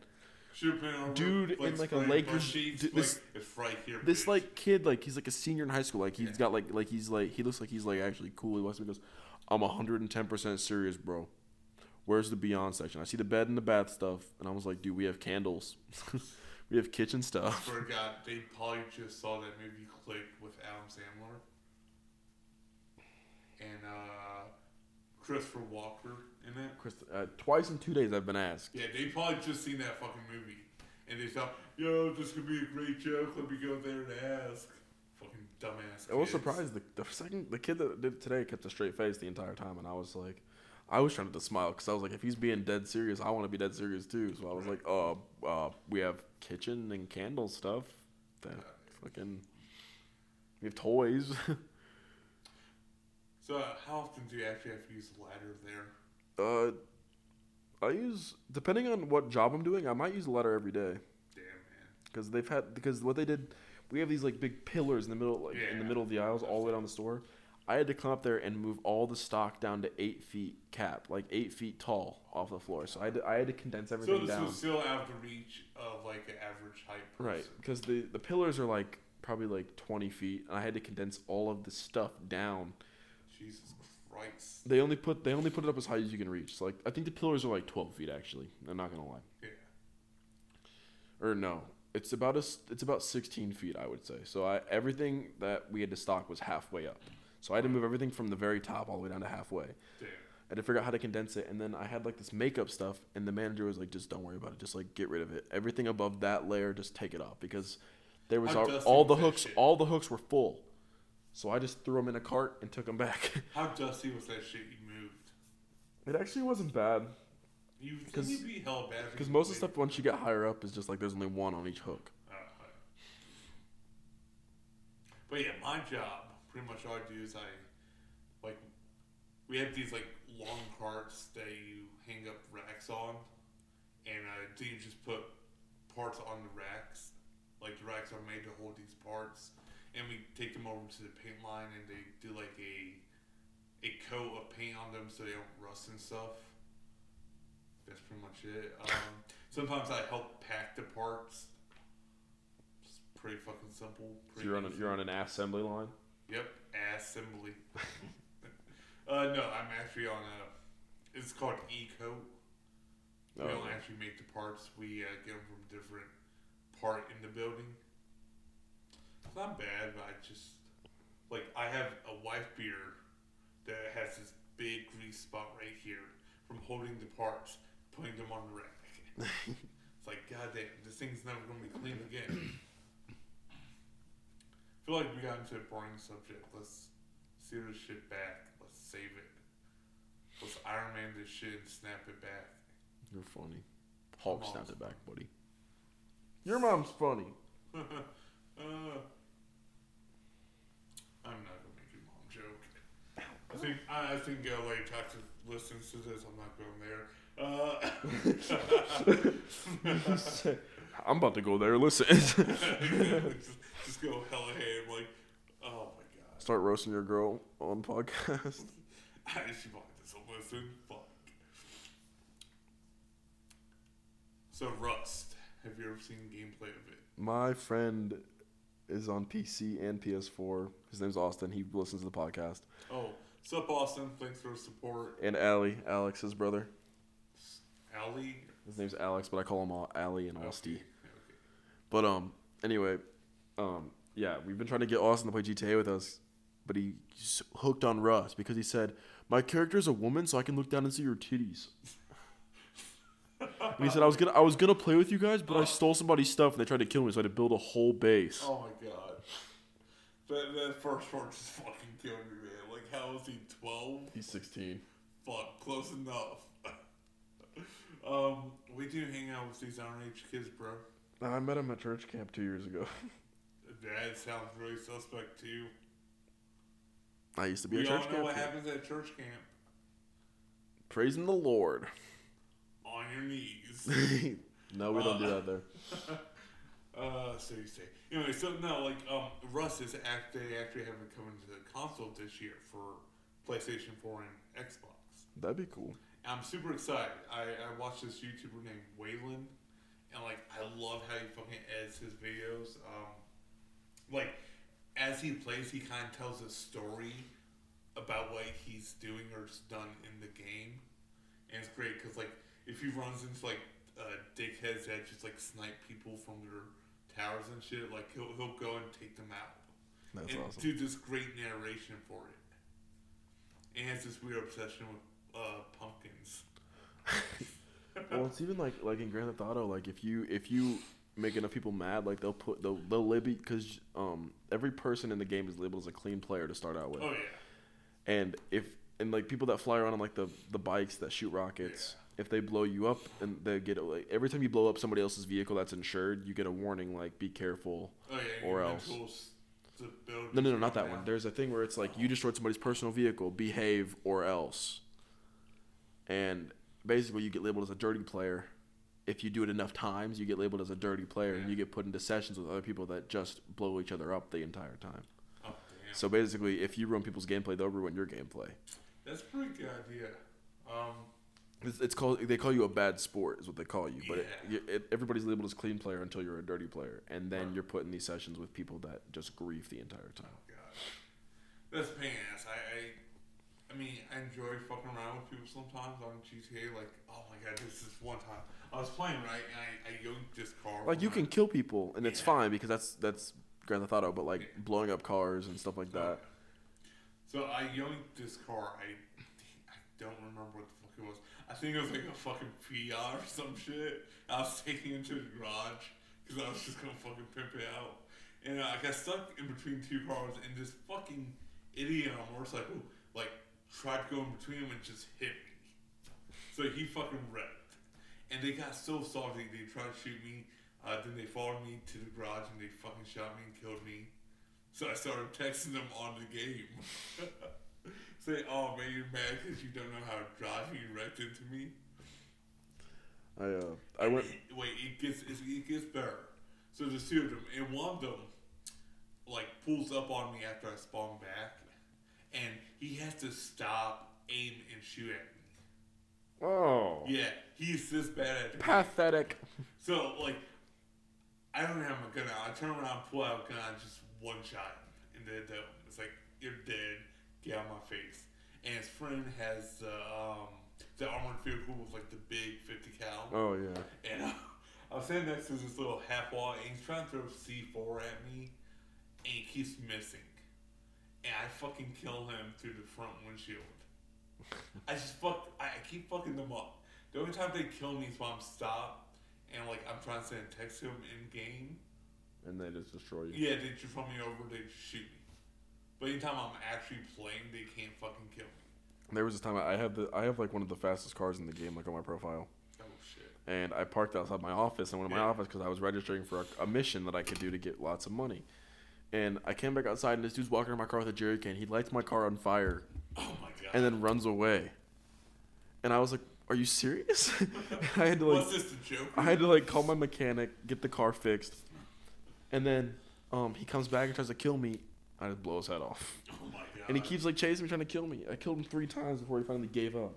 A: Should have been over,
B: dude in, like, a
A: spraying
B: Lakers-
A: bus sheets,
B: dude, this-
A: like, it's right here.
B: this
A: bitch.
B: like kid like he's like a senior in high school like he's
A: Yeah.
B: got like like he's like he looks like he's like actually cool he walks up and goes i'm 110% serious bro where's the beyond section i see the bed and the bath stuff and i was like dude we have candles we have kitchen stuff
A: For God, they probably just saw that movie Click with Adam Sandler and uh, Christopher Walker in it.
B: Chris, uh, twice in two days i've been asked
A: Yeah, they probably just seen that fucking movie and they thought, "Yo, this could be a great joke. Let me go there and ask." Fucking dumbass.
B: i
A: kids.
B: was surprised the, the second the kid that did today kept a straight face the entire time and i was like i was trying to smile because i was like if he's being dead serious i want to be dead serious too so i was like uh, uh we have kitchen and candle stuff that fucking we have toys
A: So, uh, how often do you actually have to use the ladder there?
B: uh i use depending on what job i'm doing i might use a letter every day
A: Damn man.
B: because they've had because what they did we have these like big pillars in the middle like in the
A: Yeah.
B: middle of the aisles all the way down the store i had to come up there and move all the stock down to eight feet cap like eight feet tall off the floor so i had to, I had to condense everything
A: So this
B: down
A: was still out of the reach of like an average height person.
B: right because the the pillars are like probably like 20 feet and i had to condense all of the stuff down
A: Jesus Christ.
B: they only put they only put it up as high as you can reach so like i think the pillars are like 12 feet actually i'm not gonna lie
A: Yeah.
B: or no it's about us it's about 16 feet i would say so i everything that we had to stock was halfway up so i had to move everything from the very top all the way down to halfway
A: Damn.
B: i had to figure out how to condense it and then i had like this makeup stuff and the manager was like just don't worry about it just like get rid of it everything above that layer just take it off because there was
A: How
B: all,
A: dusty
B: all the
A: was that
B: hooks
A: shit?
B: all the hooks were full so i just threw them in a cart and took them back
A: How dusty was that shit you moved?
B: it actually wasn't bad
A: You would think
B: 'Cause-
A: you'd be held bad
B: because most of the stuff once you get higher up is just like there's only one on each hook
A: Oh, but yeah, my job, pretty much all I do is I, like, we have these like long carts that you hang up racks on, and uh, do you just put parts on the racks? Like the racks are made to hold these parts, and we take them over to the paint line, and they do like a a coat of paint on them so they don't rust and stuff. That's pretty much it. Um, sometimes I help pack the parts. It's pretty fucking simple.
B: so
A: Pretty
B: you're on a,
A: easy.
B: you're on an assembly line
A: Yep, assembly. uh, no, I'm actually on a. It's called E coat. We
B: Oh.
A: don't actually make the parts. We uh, get them from different part in the building. It's not bad, but I just like I have a wife beater that has this big grease spot right here from holding the parts, putting them on the rack. it's like goddamn, this thing's never gonna be clean again. I feel like we got into a boring subject. Let's see this shit back. Let's save it. Let's Iron Man this shit and snap it back.
B: You're funny. Hulk
A: Mom's
B: snapped it back, buddy. Your mom's funny.
A: uh, I'm Uh, not gonna make your mom joke. I think I, I think uh, Lady Toxic listens to this. I'm not going there. Uh,
B: I'm about to go there. Listen.
A: just, just go hella ham. Like, oh my god,
B: Start roasting your girl on podcast.
A: I she probably doesn't listen. Fuck. So Rust, have you ever seen gameplay of it?
B: My friend is on PC and PS4. His name's Austin. He listens to the podcast.
A: Oh, sup Austin? Thanks for the support.
B: And Allie, Alex's brother.
A: Allie.
B: His name's Alex, but I call him all Allie and Austy.
A: Okay.
B: But um, anyway, Um, yeah, we've been trying to get Austin to play GTA with us, but he- he's hooked on Rust because he said, "My character is a woman, so I can look down and see your titties." and he said, "I was gonna, I was gonna play with you guys, but I stole somebody's stuff and they tried to kill me, so I had to build a whole base."
A: Oh my god. That, that first part just fucking killed me, man. Like, how is he 12?
B: He's 16.
A: Fuck, close enough. um, we do hang out with these our age kids, bro.
B: I met him at church camp two years ago.
A: That sounds really suspect, too.
B: I used to be
A: We
B: at
A: all
B: church
A: know
B: camp.
A: what
B: too.
A: happens at church camp.
B: Praising the Lord.
A: On your knees.
B: no, we don't do
A: Uh,
B: that there.
A: Uh, so you say. Anyway, so no, like, um, Russ is act they actually haven't come into the console this year for PlayStation 4 and Xbox.
B: That'd be cool.
A: I'm super excited. I, I watched this YouTuber named Waylon, and like, I love how he fucking edits his videos. Um, like, as he plays, he kind of tells a story about what he's doing or has done in the game, and it's great because like, if he runs into like uh, dickheads that just like snipe people from their towers and shit, like he'll he'll go and take them out
B: That's
A: and
B: awesome.
A: do this great narration for it. And has this weird obsession with uh, pumpkins.
B: well, it's even like like in Grand Theft Auto, like if you if you make enough people mad, like they'll put they'll they'll libby because um every person in the game is labeled as a clean player to start out with,
A: Oh yeah,
B: and if and like people that fly around on like the the bikes that shoot rockets. If they blow you up and they get like every time you blow up somebody else's vehicle that's insured, you get a warning like be careful.
A: oh yeah.
B: Or
A: you
B: else.
A: control s- the building
B: No, no, no,
A: from
B: not that
A: down.
B: one. There's a thing where it's like you destroyed somebody's personal vehicle, behave or else. And basically, you get labeled as a dirty player. If you do it enough times, you get labeled as a dirty player, and you get put into sessions with other people that just blow each other up the entire time.
A: Oh, damn.
B: So basically, if you ruin people's gameplay, they'll ruin your gameplay.
A: That's a pretty good idea. Um,
B: It's, it's called they call you a bad sport is what they call you, but it-
A: Yeah.
B: it, everybody's labeled as clean player until you're a dirty player, and then you're put in these sessions with people that just grief the entire time.
A: God, that's a pain in the ass. I, I, I mean, I enjoy fucking around with people sometimes on GTA. Like, oh my god, this is one time I was playing right, and I, I yoinked this car.
B: Like you
A: from
B: can kill people and it's
A: Yeah.
B: fine because that's that's Grand Theft Auto, but like
A: Yeah.
B: blowing up cars and stuff like that.
A: So I yoinked this car. I, I don't remember what the fuck it was. I think it was like a fucking Fiat or some shit. I was taking it to the garage because I was just gonna fucking pimp it out. And I got stuck in between two cars, and this fucking idiot on a motorcycle like tried to go in between them and just hit me. So he fucking wrecked. And they got so salty, they tried to shoot me. Uh, then they followed me to the garage and they fucking shot me and killed me. So I started texting them on the game. Say, oh man, you're mad because you don't know how to drive and you wrecked into me.
B: I uh, I went
A: Wait, it gets it's- it gets better. So there's two of them, and one of them like pulls up on me after I spawn back, and he has to stop, aim, and shoot at
B: oh
A: me. Yeah, he's this bad at it.
B: pathetic.
A: So like, I don't have my gun out. I turn around, pull out a gun, I just one shot, and then the, it's like you're dead. Get out of my face. And his friend has the um, the armored vehicle with like the big fifty cal.
B: Oh yeah,
A: And I, I was sitting next to this little half wall, and he's trying to throw C4 at me, and he keeps missing. And I fucking kill him through the front windshield. I just fuck. I, I keep fucking them up. The only time they kill me is when I'm stopped, and like I'm trying to send a text to him in game.
B: and they just destroy you.
A: Yeah, they just run me over. They just shoot me. But anytime I'm actually playing, they can't fucking kill me.
B: There was this time I I have the I have like one of the fastest cars in the game, like on my profile,
A: Oh shit.
B: and I parked outside my office and went to my
A: Yeah.
B: office because I was registering for a, a mission that I could do to get lots of money. And I came back outside and this dude's walking in my car with a jerry can. He lights my car on fire
A: Oh my god.
B: and then runs away. And I was like, "Are you serious?" I had to like
A: What's this the joke?
B: I had to like call my mechanic, get the car fixed, and then um, he comes back and tries to kill me. I just blow his head off,
A: oh my god.
B: and he keeps like chasing me, trying to kill me. I killed him three times before he finally gave up.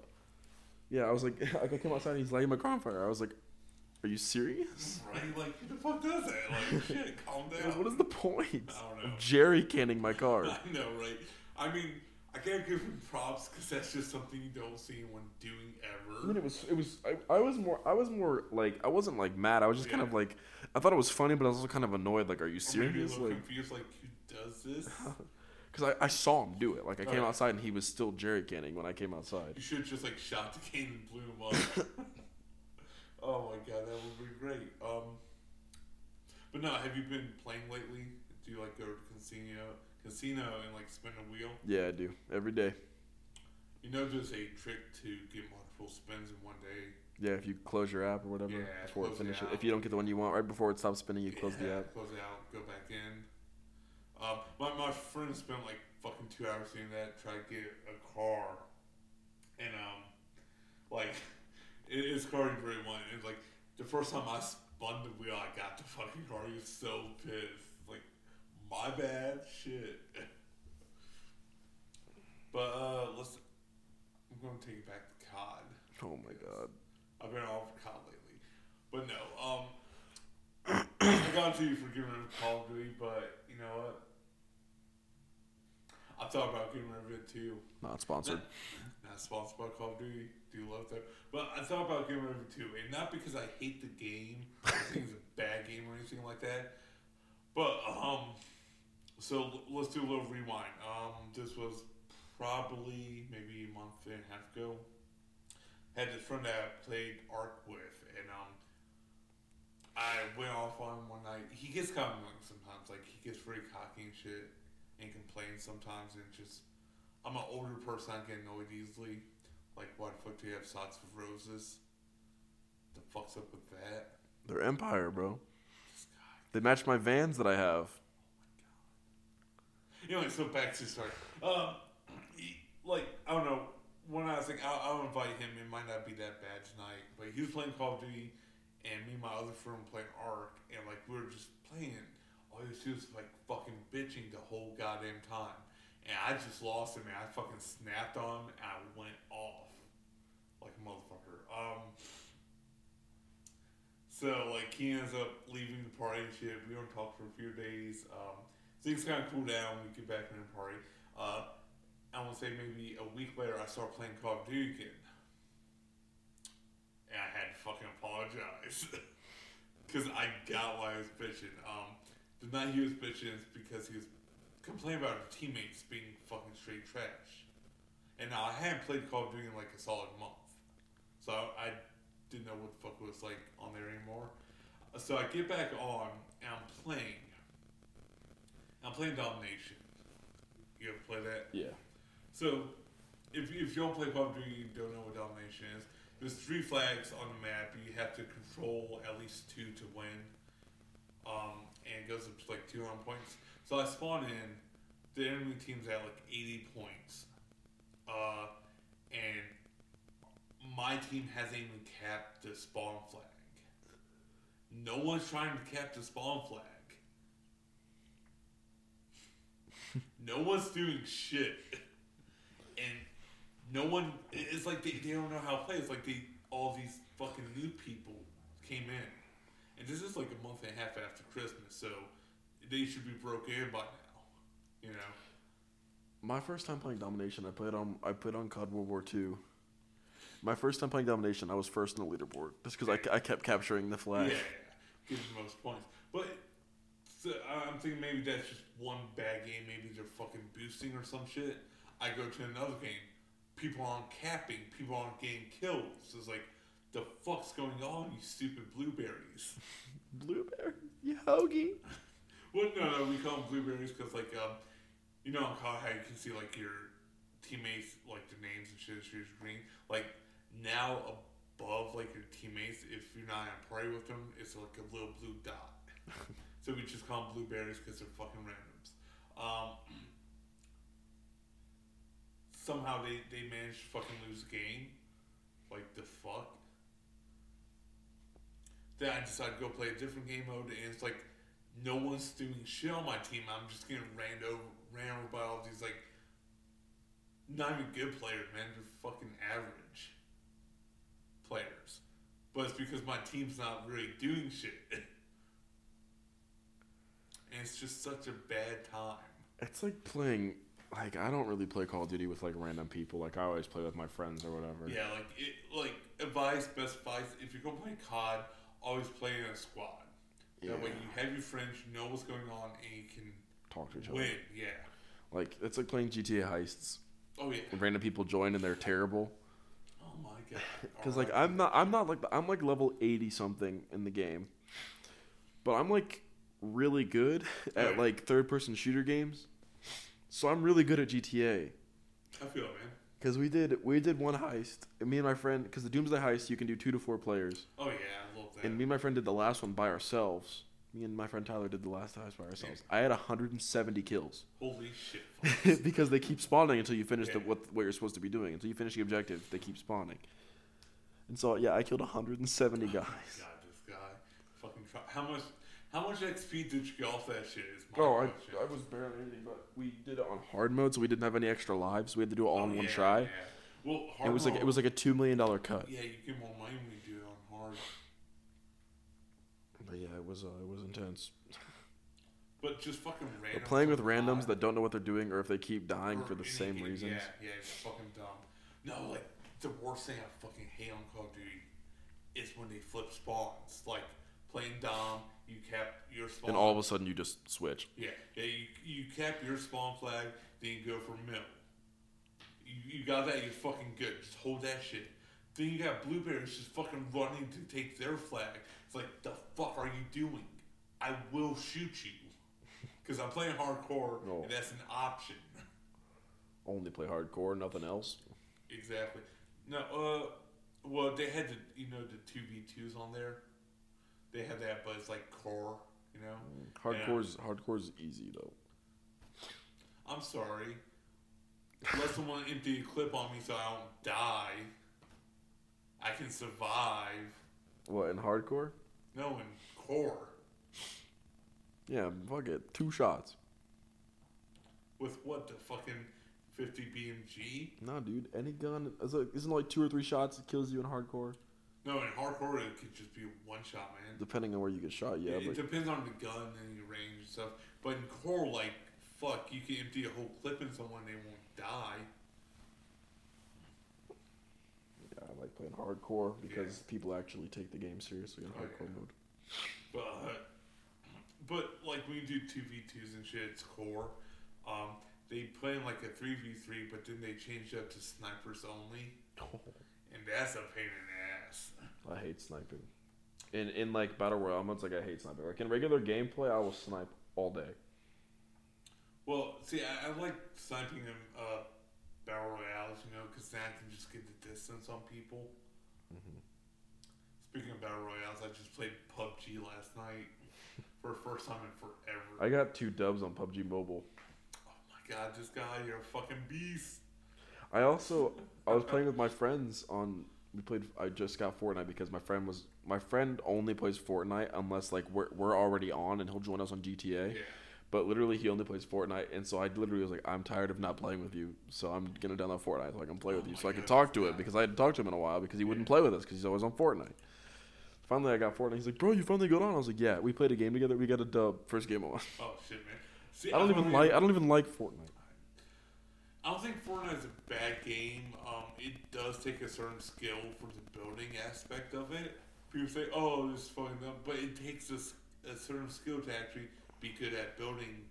B: Yeah, I was like, like I came outside and he's lighting my car on fire. I was like, "Are you serious?
A: Right? Like, who the fuck does that? Like, shit, calm down.
B: Like, what is the point
A: I don't know.
B: of jerry canning my car?"
A: I know, right? I mean, I I gotta give him props because that's just something you don't see anyone doing ever.
B: I mean, it was it was I, I was more I was more like I wasn't like mad. I was just kind of
A: Yeah.
B: like I thought it was funny, but I was also kind of annoyed. Like, are you
A: Or maybe a
B: serious?
A: little
B: Like,
A: confused, like who does this?
B: because I, I saw him do it. Like, I came
A: Okay.
B: outside and he was still jerry canning when I came outside.
A: you should just like shot the cane and blew him up. oh my god, that would be great. Um, but no, have you been playing lately? Do you like go to casino, casino and like spin a wheel?
B: Yeah, I do every day.
A: You know, there's a trick to get multiple spins in one day.
B: Yeah, if you close your app or whatever
A: Yeah,
B: before it
A: close the
B: finishes. If
A: app.
B: you don't get the one you want right before it stops spinning, you close the
A: Yeah,
B: app.
A: Close it out. Go back in. Um, my my friend spent like fucking two hours doing that. Tried to get a car, and um, like it, his car didn't really want. It's like the first time I spun the wheel, I got the fucking car. He was so pissed. Like my bad, shit. but uh, let's. I'm gonna take it back to COD.
B: Oh my god.
A: I've been all for COD lately. But no, um, I got to you for getting rid of Call of Duty, but you know what? I thought about getting rid of it too.
B: Not sponsored.
A: Not sponsored by Call of Duty. Do love that. But I thought about getting rid of it too. And not because I hate the game. I think it's a bad game or anything like that. But, um, so l- let's do a little rewind. Um, this was probably maybe a month and a half ago. Had this friend that I played Ark with, and um, I went off on him one night. He gets kind of annoying sometimes. Like he gets very cocky and shit, and complains sometimes, and just I'm an older person. I get annoyed easily. Like, why the fuck do you have socks of roses? The fuck's up with that?
B: They're Empire, bro. They match my vans that I have.
A: Anyway, so back to the story. Um, he- like I don't know. When I was like, I'll, I'll invite him. It might not be that bad tonight, but he was playing Call of Duty, and me and my other friend were playing Ark, and like we were just playing. All he was doing was like fucking bitching the whole goddamn time, and I just lost him. And I fucking snapped on him, and I went off like a motherfucker. Um. So like he ends up leaving the party and shit. We don't talk for a few days. Um, things kind of cool down. We get back in the party. Uh, I want to say maybe a week later, I start playing Call of Duty again, and I had to fucking apologize because I got why he was bitching. Um, the night he was bitching is because he was complaining about his teammates being fucking straight trash, and now I hadn't played Call of Duty in like a solid month. So I, I didn't know what the fuck was like on there anymore. So I get back on and I'm playing. I'm playing Domination. You ever play that?
B: Yeah.
A: So if, if you don't play Call of Duty, you don't know what Domination is. There's three flags on the map. You have to control at least two to win. Um, and it goes up to like 200 points. So I spawn in. The enemy team's at like 80 points. Uh, and my team hasn't even capped the spawn flag. No one's trying to cap the spawn flag. no one's doing shit. And no one, it- it's like they, they don't know how to play. It's like they, all these fucking new people came in. And this is like a month and a half after Christmas, so they should be broken in by now. You know?
B: My first time playing Domination, I played on I played on COD World War Two. My first time playing Domination, I was first in the leaderboard just because I, I kept capturing the flag.
A: Yeah, gives the most points. But so, I- I'm thinking maybe that's just one bad game. Maybe they're fucking boosting or some shit. I go to another game. People aren't capping. People aren't getting kills. It's like, the fuck's going on, you stupid blueberries?
B: Blueberry, you hoagie.
A: Well, no, no, we call them blueberries because, like, um, you know, on COD how you can see like your teammates, like the names and shit, is just green. Like now above like your teammates, if you're not in a party with them, it's like a little blue dot. so we just call them blueberries because they're fucking randoms. Um, somehow they they managed to fucking lose the game. Like the fuck. Then I decided to go play a different game mode, and it's like no one's doing shit on my team. I'm just getting ran over, ran over by all these like not even good players, man. They're fucking average players. But it's because my team's not really doing shit, and it's just such a bad time.
B: It's like playing like I don't really play Call of Duty with like random people. Like I always play with my friends or whatever.
A: Yeah, like it, like advice, best advice. If you're gonna play COD, always play in a squad. That way
B: Yeah.
A: you have your friends, you know what's going on, and you can
B: Talk to each other.
A: win. Yeah.
B: Like it's like playing GTA heists.
A: Oh yeah.
B: When random people join and they're terrible.
A: Oh my god.
B: Cause like
A: Alright.
B: I'm not I'm not like I'm like level eighty something in the game, but I'm like really good at
A: Right.
B: like third person shooter games, so I'm really good at GTA.
A: I feel it, man.
B: Cause we did we did one heist, and me and my friend. Cause the Doomsday heist you can do two to four players,
A: Oh yeah, I love that.
B: and me and my friend did the last one by ourselves. Me and my friend Tyler did the last heist by ourselves. I had 170 kills
A: Holy shit. folks.
B: because they keep spawning until you finish the,
A: Yeah.
B: what what you're supposed to be doing. Until you finish the objective, they keep spawning. And so yeah, I killed 170 guys.
A: God, this guy. Fucking try. How much? How much XP did you get off that shit? Is my
B: Oh, I,
A: question.
B: I was barely anything, but we did it on hard mode, so we didn't have any extra lives. We had to do it all
A: Oh,
B: in one
A: yeah,
B: try.
A: Yeah. Well, hard
B: It was like it
A: mode-
B: was like a two million dollar cut.
A: Yeah, you get more money when you do it on hard.
B: But yeah, it was uh, it was intense.
A: But just fucking random.
B: But playing with
A: fucking
B: randoms
A: odd-
B: that don't know what they're doing or if they keep dying
A: or
B: for the
A: any
B: same
A: game-
B: reasons.
A: Yeah, yeah, it's fucking dumb. No, like the worst thing I fucking hate on Call of Duty is when they flip spawns. Like playing Dom, you cap your spawn.
B: And all of a sudden you just switch.
A: Yeah, yeah you, you cap your spawn flag, then you go for middle. You, you got that, you're fucking good. Just hold that shit. Then you got blueberries just fucking running to take their flag. It's like, the fuck are you doing? I will shoot you. Because I'm playing hardcore,
B: Oh.
A: and that's an option.
B: Only play hardcore, nothing else.
A: Exactly. No, uh, well, they had the, you know, the 2v2s on there. They had that, but it's like core, you know?
B: Mm, Hardcore's hardcore's easy though.
A: I'm sorry. Let someone empty a clip on me so I don't die. I can survive.
B: What in hardcore?
A: No, in core.
B: Yeah, fuck it. Two shots.
A: With what the fucking 50 BMG?
B: Nah, dude. Any gun is like, isn't it like two or three shots that kills you in hardcore?
A: No, in hardcore it could just be one shot, man.
B: Depending on where you get shot, yeah.
A: it, it
B: but
A: depends on the gun and your range and stuff. But in core, like, fuck, you can empty a whole clip in someone they won't die.
B: Yeah, I like playing hardcore because
A: Yeah.
B: people actually take the game seriously in
A: Oh,
B: hardcore
A: yeah.
B: mode.
A: But but like when you do two v twos and shit, it's core. Um, they play in like a three v three, but then they changed up to snipers only, and that's a pain in the ass.
B: I hate sniping. In in like battle royale modes, like I hate sniping. Like in regular gameplay, I will snipe all day.
A: Well, see, I, I like sniping them uh, battle royales, you know, because then I can just get the distance on people.
B: Mm-hmm.
A: Speaking of battle royales, I just played PUBG last night for the first time in forever.
B: I got two dubs on PUBG Mobile.
A: oh my god, this guy, you're a fucking beast.
B: I also I was playing with my friends on we played I just got Fortnite because my friend was my friend only plays Fortnite unless like we're we're already on and he'll join us on GTA.
A: Yeah.
B: But literally he only plays Fortnite and so I literally was like I'm tired of not playing with you. So I'm going to download Fortnite so I can play
A: Oh
B: with you
A: my
B: so I can
A: goodness,
B: talk to
A: yeah.
B: him because I hadn't talked to him in a while because he wouldn't play with us cuz he's always on Fortnite. Finally I got Fortnite. He's like, "Bro, you finally got on." I was like, "Yeah, we played a game together. We got a dub first game on."
A: Oh shit, man. See,
B: I don't
A: I've
B: even
A: only-
B: like I don't even like Fortnite.
A: I don't think Fortnite is a bad game. Um, it does take a certain skill for the building aspect of it. People say, "Oh, this is fucking up," but it takes a, s- a certain skill to actually be good at building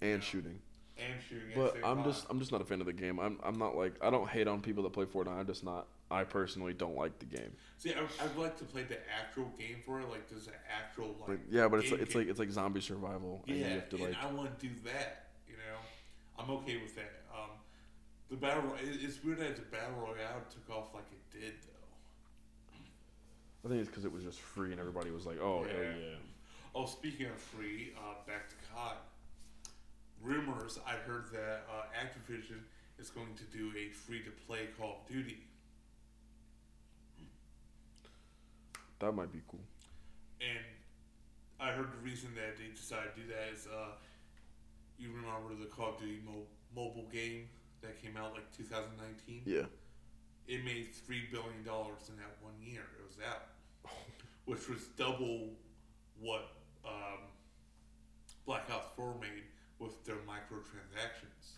B: And shooting.
A: and shooting. at the
B: But
A: same
B: I'm
A: time.
B: just I'm just not a fan of the game. I'm I'm not like I don't hate on people that play Fortnite. I'm just not I personally don't like the game.
A: see. I, I'd like to play the actual game for it. Like, there's an actual like.
B: But yeah, but it's
A: game
B: like, it's
A: game.
B: like it's like zombie survival and
A: yeah,
B: you have to
A: and
B: like
A: I want to do that. You know, I'm okay with that. Um, the battle Roy- it, it's weird that the battle royale took off like it did though.
B: I think it's cuz it was just free and everybody was like, "Oh, hell
A: Yeah.
B: yeah."
A: Oh, speaking of free, uh, back to COD. Rumors I heard that uh, Activision is going to do a free to play Call of Duty,
B: That might be cool.
A: and I heard the reason that they decided to do that is uh, you remember the Call of Duty mo- mobile game that came out like 2019.
B: Yeah.
A: It made three billion dollars in that one year. It was out, which was double what um, Black Ops Four made with their microtransactions.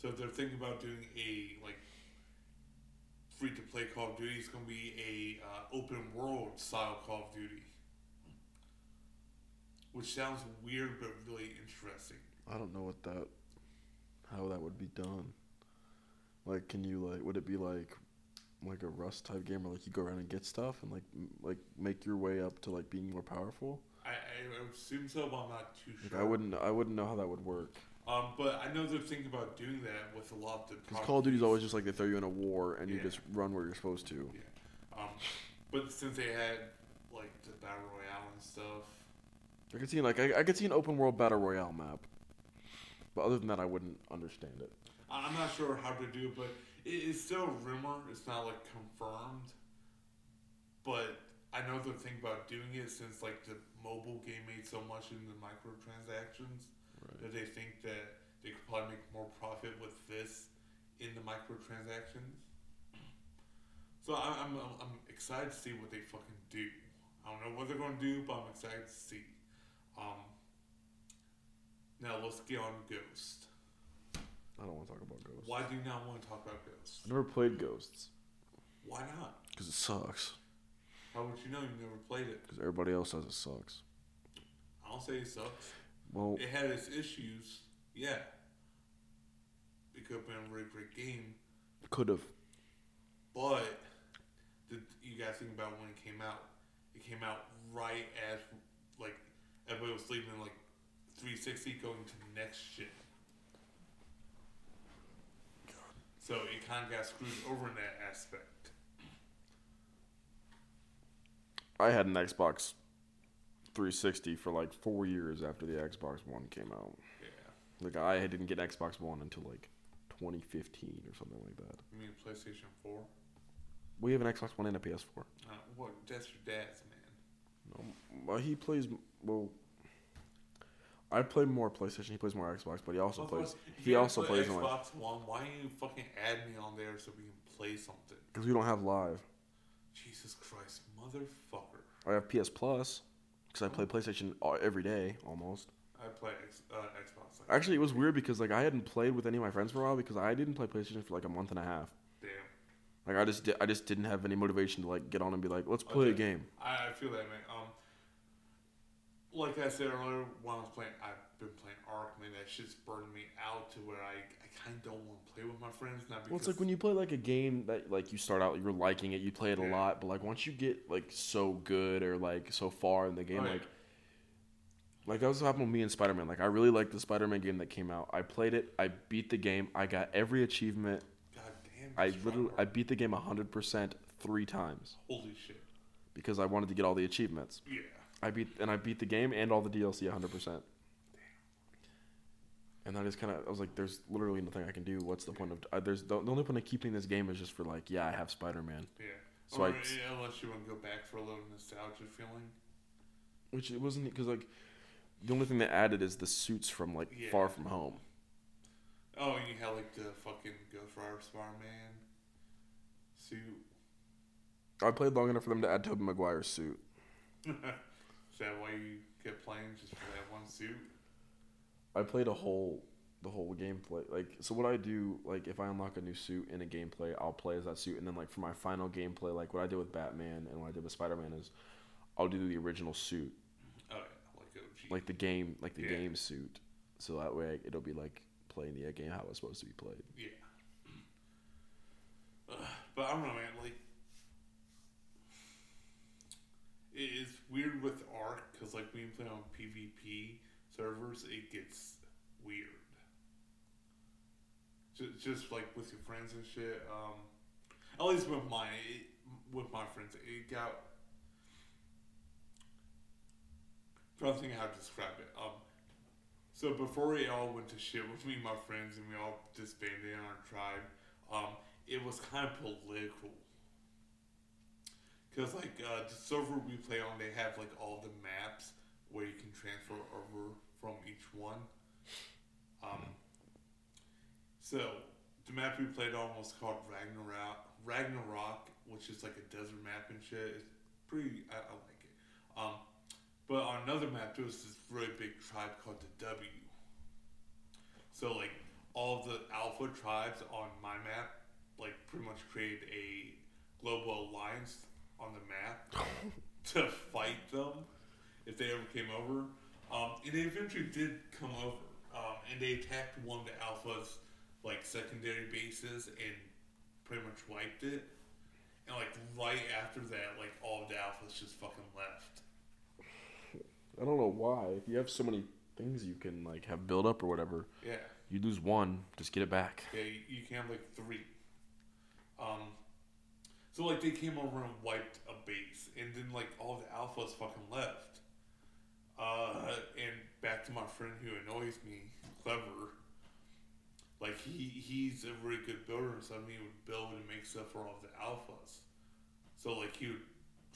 A: So So if they're thinking about doing a like free to play Call of Duty, it's gonna be a uh, open world style Call of Duty, which sounds weird but really interesting.
B: I don't know what that, how that would be done. Like, can you like? Would it be like, like a Rust type game where like you go around and get stuff and like m- like make your way up to like being more powerful?
A: I, I would assume so, but I'm not too
B: Like
A: sure.
B: I wouldn't I wouldn't know how that would work.
A: Um, but I know they're thinking about doing that with a lot of the.
B: Because Call of Duty's
A: properties.
B: always just like they throw you in a war and you
A: Yeah.
B: just run where you're supposed to.
A: Um, but since they had like the battle royale and stuff,
B: I could see like I, I could see an open world battle royale map, but other than that, I wouldn't understand it.
A: I- I'm not sure how to do it, but it, it's still a rumor. It's not like confirmed. But I know they're thinking about doing it since like the mobile game made so much in the microtransactions that they think that they could probably make more profit with this in the microtransactions. So I- I'm, I'm, I'm excited to see what they fucking do. I don't know what they're going to do, but I'm excited to see. Um, now let's get on Ghost.
B: I don't want to talk about ghosts.
A: Why do you not want to talk about ghosts?
B: I never played Ghosts
A: Why not?
B: because it sucks.
A: How would you know you never played it?
B: Because everybody else says it sucks.
A: I don't say it sucks.
B: Well,
A: It had its issues, yeah. It could have been a really great game,
B: could have.
A: but the, you guys think about when it came out. It came out right as like everybody was leaving like 360 going to the next shit. So it kind of got screwed over in that aspect.
B: I had an Xbox 360 for like four years after the Xbox One came out.
A: Yeah.
B: Like I didn't get an Xbox One until like 2015 or something like that.
A: You mean PlayStation 4?
B: We have an Xbox One and a PS4.
A: Uh, what? That's your dad's, man.
B: No, well, he plays well. I play more PlayStation. He plays more Xbox, but he also
A: Well,
B: plays.
A: if I- if
B: He
A: you
B: also
A: put
B: plays on like
A: Xbox One. Why don't you fucking add me on there so we can play something?
B: because we don't have live.
A: Jesus Christ, motherfucker!
B: I have PS Plus because I play
A: Oh.
B: PlayStation all- every day almost.
A: I play X, uh, Xbox. Like,
B: Actually, it was weird because like I hadn't played with any of my friends for a while because I didn't play PlayStation for like a month and a half.
A: damn,
B: Like I just di- I just didn't have any motivation to like get on and be like let's play a
A: Okay.
B: game.
A: I, I feel that, man. Um, like I said earlier, while I was playing, I've been playing Ark, man. That shit's burning me out to where I, I kind of don't want to play with my friends now because
B: Well, it's like when you play like a game that like you start out you're liking it, you play it a
A: Yeah.
B: lot, but like once you get like so good or like so far in the game,
A: Oh, yeah.
B: like like that was what happened with me and Spider Man. Like I really liked the Spider Man game that came out. I played it, I beat the game, I got every achievement.
A: God damn,
B: I
A: it's
B: literally I
A: Ark.
B: beat the game hundred percent three times
A: holy shit,
B: because I wanted to get all the achievements.
A: yeah.
B: I beat and I beat the game and all the DLC hundred percent. And I just kind of I was like, there's literally nothing I can do. What's the point of? I, there's the, the only point of keeping this game is just for like, yeah, I have Spider Man,
A: Yeah.
B: So
A: or,
B: I-
A: yeah, unless you want to go back for a little nostalgia feeling.
B: which it wasn't because like the only thing that added is the suits from like
A: Yeah.
B: Far From Home.
A: Oh, and you had like the fucking Ghost Rider Spider-Man suit.
B: I played long enough for them to add Tobey Maguire's suit.
A: Is that why you kept playing just for that one suit?
B: I played a whole the whole gameplay. Like so what I do, like if I unlock a new suit in a gameplay, I'll play as that suit and then like for my final gameplay, like what I did with Batman and what I did with Spider Man is I'll do the original suit.
A: Oh yeah, like OG.
B: like the game like the
A: Yeah.
B: game suit so that way it'll be like playing the game how it's supposed to be played
A: yeah. Ugh, but I don't know, man. Like, it is weird with Ark because like when you play on PvP servers, it gets weird. Just, just like with your friends and shit. Um, at least with my it, with my friends, it got. Trying to think how to describe it. Um, so before it all went to shit with me and my friends, and we all disbanded in our tribe, um, it was kind of political. Cause like uh, the server we play on, they have like all the maps where you can transfer over from each one. Um, so the map we played on was called Ragnarok, Ragnarok, which is like a desert map and shit. It's pretty. I, I like it. Um, but on another map, there was this really big tribe called the W. So like all the alpha tribes on my map, like pretty much created a global alliance on the map to fight them if they ever came over. Um, and they eventually did come over, um, and they attacked one of the alphas, like secondary bases, and pretty much wiped it. And like right after that, like all of the alphas just fucking left.
B: I don't know why. If you have so many things you can like have build up or whatever,
A: Yeah.
B: you lose one, just get it back.
A: Yeah, you, you can have like three. Um, so like they came over and wiped a base, and then like all the alphas fucking left. Uh, and back to my friend who annoys me, clever. Like he he's a really good builder, and so I mean, he would build and make stuff for all the alphas. So like he would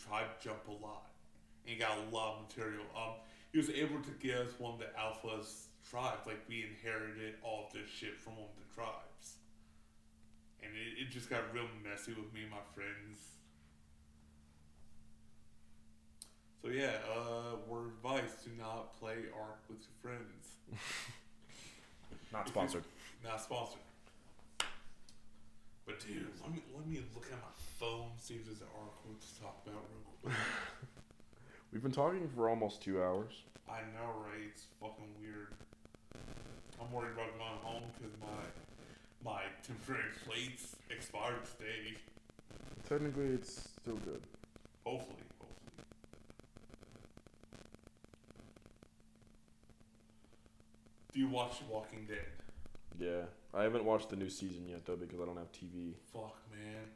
A: try to jump a lot, and he got a lot of material. Um, he was able to give us one of the alphas tribes. Like we inherited all of this shit from one of the tribes, and it, it just got real messy with me and my friends. So yeah, uh, word of advice: do not play Ark with your friends.
B: Not sponsored.
A: Not sponsored. But dude, let me let me look at my phone, see if there's an article to talk about real quick.
B: We've been talking for almost two hours.
A: I know, right? It's fucking weird. I'm worried about going home because my my temporary plates expired today.
B: Technically, it's still good.
A: Hopefully, hopefully. Do you watch The Walking Dead?
B: Yeah, I haven't watched the new season yet though because I don't have TV.
A: Fuck, man.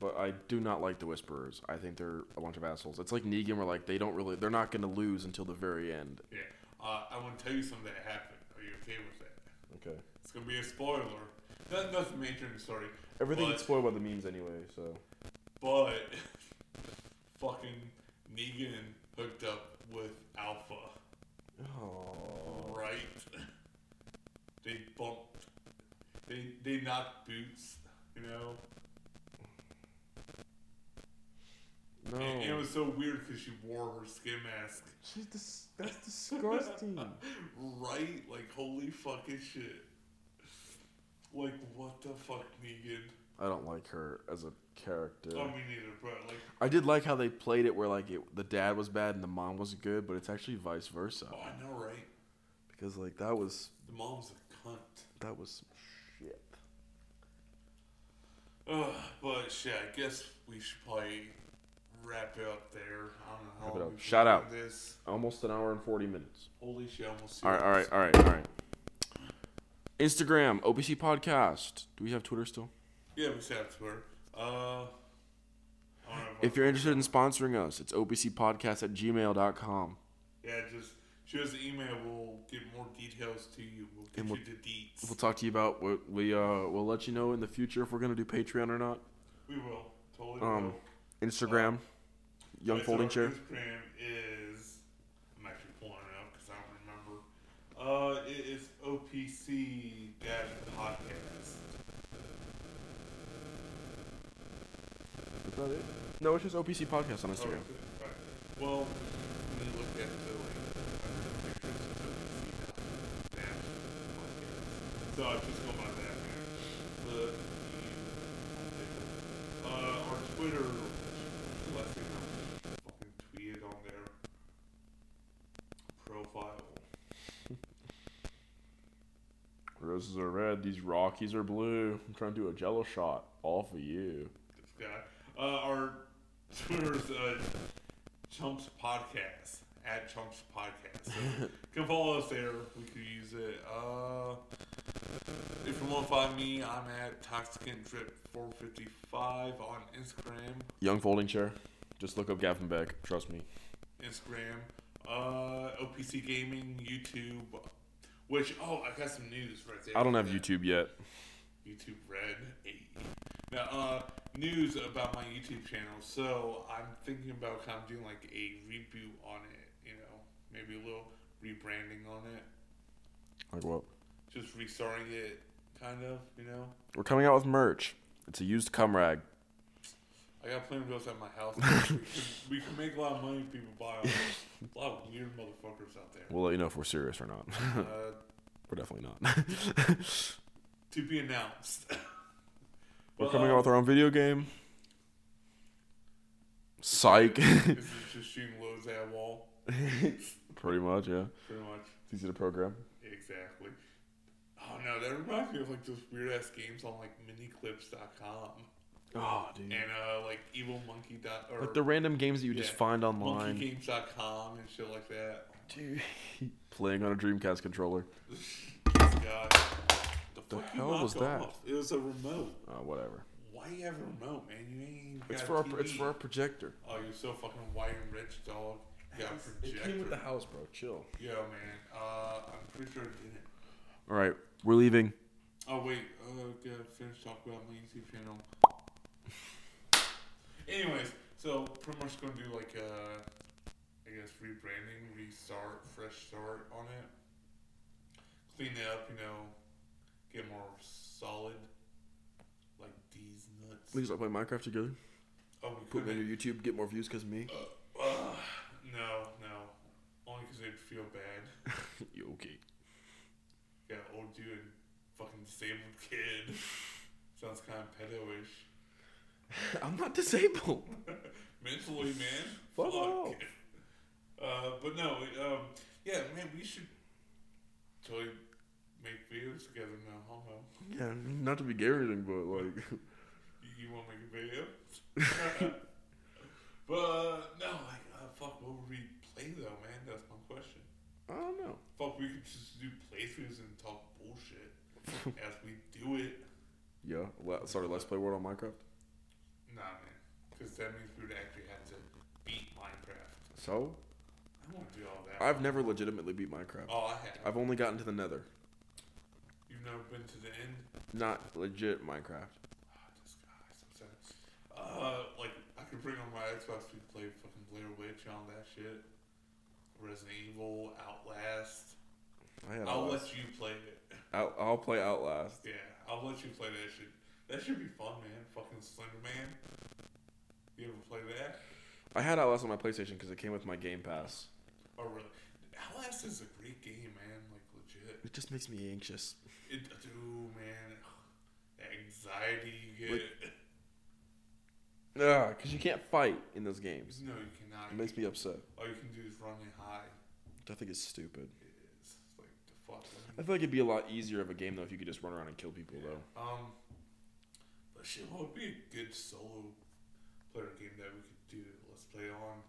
B: But I do not like the Whisperers. I think they're a bunch of assholes. It's like Negan, where like they don't really, they're not going to lose until the very end.
A: Yeah. Uh, I want to tell you something that happened. Are you okay with that?
B: Okay.
A: It's gonna be a spoiler. Not, nothing major in the story,
B: Everything
A: But-
B: gets spoiled by the memes anyway, so.
A: but fucking Negan hooked up with Alpha,
B: Oh.
A: right? They bumped. They they knocked boots, you know.
B: No.
A: And, and it was so weird because she wore her skin mask,
B: She's dis- that's disgusting.
A: right? Like holy fucking shit! Like what the fuck, Negan?
B: I don't like her as a character.
A: I mean, neither, bro. Like
B: I did like how they played it where like it, the dad was bad and the mom was good, but it's actually vice versa.
A: oh, I know, right?
B: Because like that was
A: The mom's a cunt.
B: that was shit.
A: Uh, but shit, I guess we should probably wrap it up there. I don't know how
B: Wrap it
A: long
B: up.
A: we've
B: Shout
A: been
B: out.
A: doing This.
B: Almost an hour and 40 minutes.
A: Holy shit, I almost.
B: All right, all right, all right, all right. Instagram, OBC Podcast. Do we have Twitter still?
A: Yeah, we said Twitter. Uh, I don't know
B: If you're interested in sponsoring us, it's obcpodcast at gmail.com.
A: yeah, just shoot us an email. We'll get more details to you. We'll get
B: And
A: you the deets.
B: We'll talk to you about what we, uh, we'll let you know in the future if we're going to do Patreon or not.
A: we will totally.
B: um,
A: will.
B: Instagram, Young
A: But
B: Folding
A: our
B: Chair.
A: Instagram is. I'm actually pulling it up because I don't remember. Uh, it is OPC dash podcast.
B: Is that it? No, it's just OPC Podcast on
A: Oh,
B: Instagram.
A: right. Well, when you look at the like under the pictures, it's okay to see that. Dash podcast. So I'm just going by that. man. The uh, our Twitter, let's see how much fucking tweeted on their profile.
B: Roses are red, these Rockies are blue. I'm trying to do a jello shot. All for you.
A: This guy. Uh, our Twitter's uh, Chumps Podcast at Chumps Podcast. So come follow us there. We could use it. Uh, if you want to find me, I'm at Toxicant Drip 455 on Instagram.
B: Young Folding Chair. Just look up Gavin Beck. Trust me.
A: Instagram, uh, OPC Gaming, YouTube. Which oh, I got some news right there.
B: I don't have YouTube yet.
A: YouTube Red 8. Now, uh, news about my YouTube channel. So I'm thinking about kind of doing like a reboot on it, you know, maybe a little rebranding on it,
B: Like what?
A: just restarting it, kind of, you know.
B: We're coming out with merch. It's a used cum rag.
A: I got plenty of those at my house. we, can, we can make a lot of money if people buy them. A lot of weird motherfuckers out there.
B: We'll let you know if we're serious or not.
A: Uh,
B: We're definitely not.
A: To be announced.
B: We're
A: Well,
B: coming
A: um,
B: out with our own video game. Psych.
A: This is just shooting loads at a wall,
B: Pretty much, yeah.
A: pretty much.
B: It's easy to program.
A: Exactly. Oh no, that reminds me of like those weird ass games on like miniclips.com
B: Oh, dude.
A: and uh like evil monkey dot or
B: Like the random games that you just
A: Yeah.
B: find online.
A: monkeygames.com and shit like that.
B: Dude. Playing on a Dreamcast controller.
A: Oh, God. The, fuck you
B: hell
A: knock
B: was that?
A: off? It was a remote.
B: Uh, whatever.
A: Why you have a remote, man? You ain't even
B: It's
A: got
B: for
A: a
B: our it's
A: TV.
B: for our projector.
A: Oh, you're so fucking white and rich, dog. You got a projector.
B: house, bro. Chill.
A: Yo, man. Uh, I'm pretty sure it didn't.
B: All right, we're leaving.
A: Oh wait, uh, gotta finish talking about my YouTube channel. Anyways, so pretty much gonna do like uh, I guess rebranding, restart, fresh start on it. Clean it up, you know, get more solid. Like these nuts.
B: Please, I play Minecraft together.
A: Oh, we
B: Put me
A: couldn't.
B: on your YouTube. Get more views because me.
A: Ugh, no, no. Only because they'd feel bad.
B: you okay?
A: Yeah, old dude and fucking disabled kid. Sounds kind of pedo-ish.
B: I'm not disabled.
A: mentally, man.
B: Fuck off.
A: Uh, but no, um, yeah, man, we should totally make videos together now, homo.
B: Yeah, not to be gay or anything, but like,
A: You, you want to make a video? but uh, no, like, uh, fuck, what would we play though, man? That's my question.
B: I don't know.
A: Fuck, we could just do playthroughs and talk bullshit as we do it.
B: Yeah. le- Sorry, let's play world on Minecraft.
A: Nah, man, because that means we would actually have to beat Minecraft.
B: So
A: I want to do all that.
B: I've never legitimately beat Minecraft.
A: oh, I have.
B: I've only gotten to the Nether,
A: You've never been to the end.
B: not legit Minecraft.
A: Ah, this guy, so sad. Uh, like I could bring on my Xbox. We play fucking Blair Witch and all that shit. Resident Evil, Outlast.
B: I had
A: I'll
B: Outlast.
A: let you play it.
B: Out, I'll play Outlast.
A: Yeah, I'll let you play that shit. That should be fun, man. Fucking Slender Man. You ever play that?
B: I had Outlast on my PlayStation because it came with my Game Pass.
A: Oh really? Outlast is a great game, man. Like legit.
B: It just makes me anxious.
A: It, dude, man. That anxiety you get.
B: Yeah, because you can't fight in those games.
A: no, you cannot.
B: It makes me upset.
A: All you can do is run and hide.
B: I think it's stupid.
A: It's like the fuck. I mean,
B: I feel like it'd be a lot easier of a game though if you could just run around and kill people though.
A: Um, but shit, what would be a good solo player game that we could do? Let's play on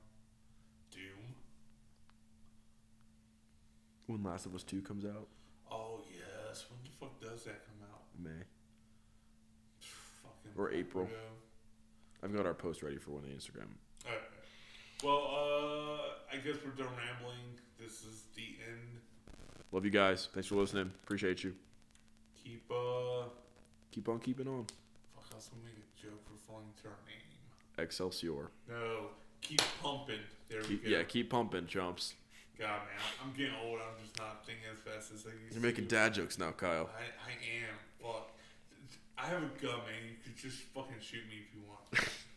A: Doom.
B: When Last of Us Two comes out,
A: Oh yes, when the fuck does that come out?
B: May.
A: Fucking
B: Or April.
A: weirdo.
B: I've got our post ready for when the Instagram.
A: Alright. Well, uh, I guess we're done rambling. This is the end.
B: Love you guys. Thanks for listening. Appreciate you.
A: Keep uh,
B: Keep on keeping on.
A: fuck, I was gonna make a joke referring to our name.
B: Excelsior.
A: No, keep pumping. There
B: Keep,
A: we go.
B: yeah, keep pumping, chumps.
A: God man, I'm getting old. I'm just not thinking as fast as I used
B: You're
A: to.
B: making dad jokes now, Kyle.
A: I, I am. Fuck. I have a gun, man. You could just fucking shoot me if you want.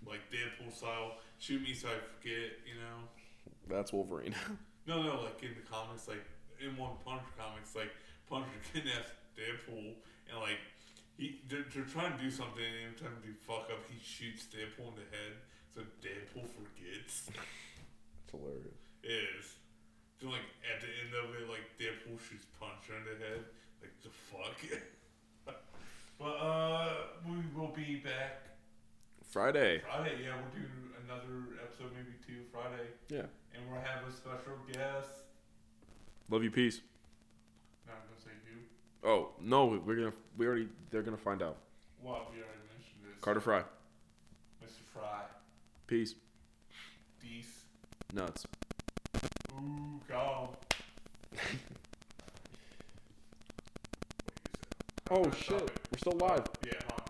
A: like Deadpool style. Shoot me so I forget, you know?
B: That's Wolverine.
A: No, no, like in the comics, like in one Punch comics, like Puncher kidnaps Deadpool and like he they're, they're trying to do something and every time they fuck up, he shoots Deadpool in the head so Deadpool forgets.
B: That's hilarious.
A: It is. So like at the end of it, like Deadpool shoots Puncher in the head. Like the fuck. but uh, we will be back
B: Friday.
A: Friday. Yeah, we'll do another episode, maybe two Friday,
B: Yeah.
A: and we'll have a special guest.
B: Love you. Peace.
A: No, I'm gonna say you.
B: Oh no, we're gonna. We already. They're gonna find out.
A: Well, we already mentioned this.
B: Carter Fry.
A: Mr. Fry.
B: Peace.
A: Peace.
B: Nuts.
A: Ooh, go.
B: Oh
A: Stop
B: shit.
A: it.
B: Oh, We're still live.
A: Yeah. Huh.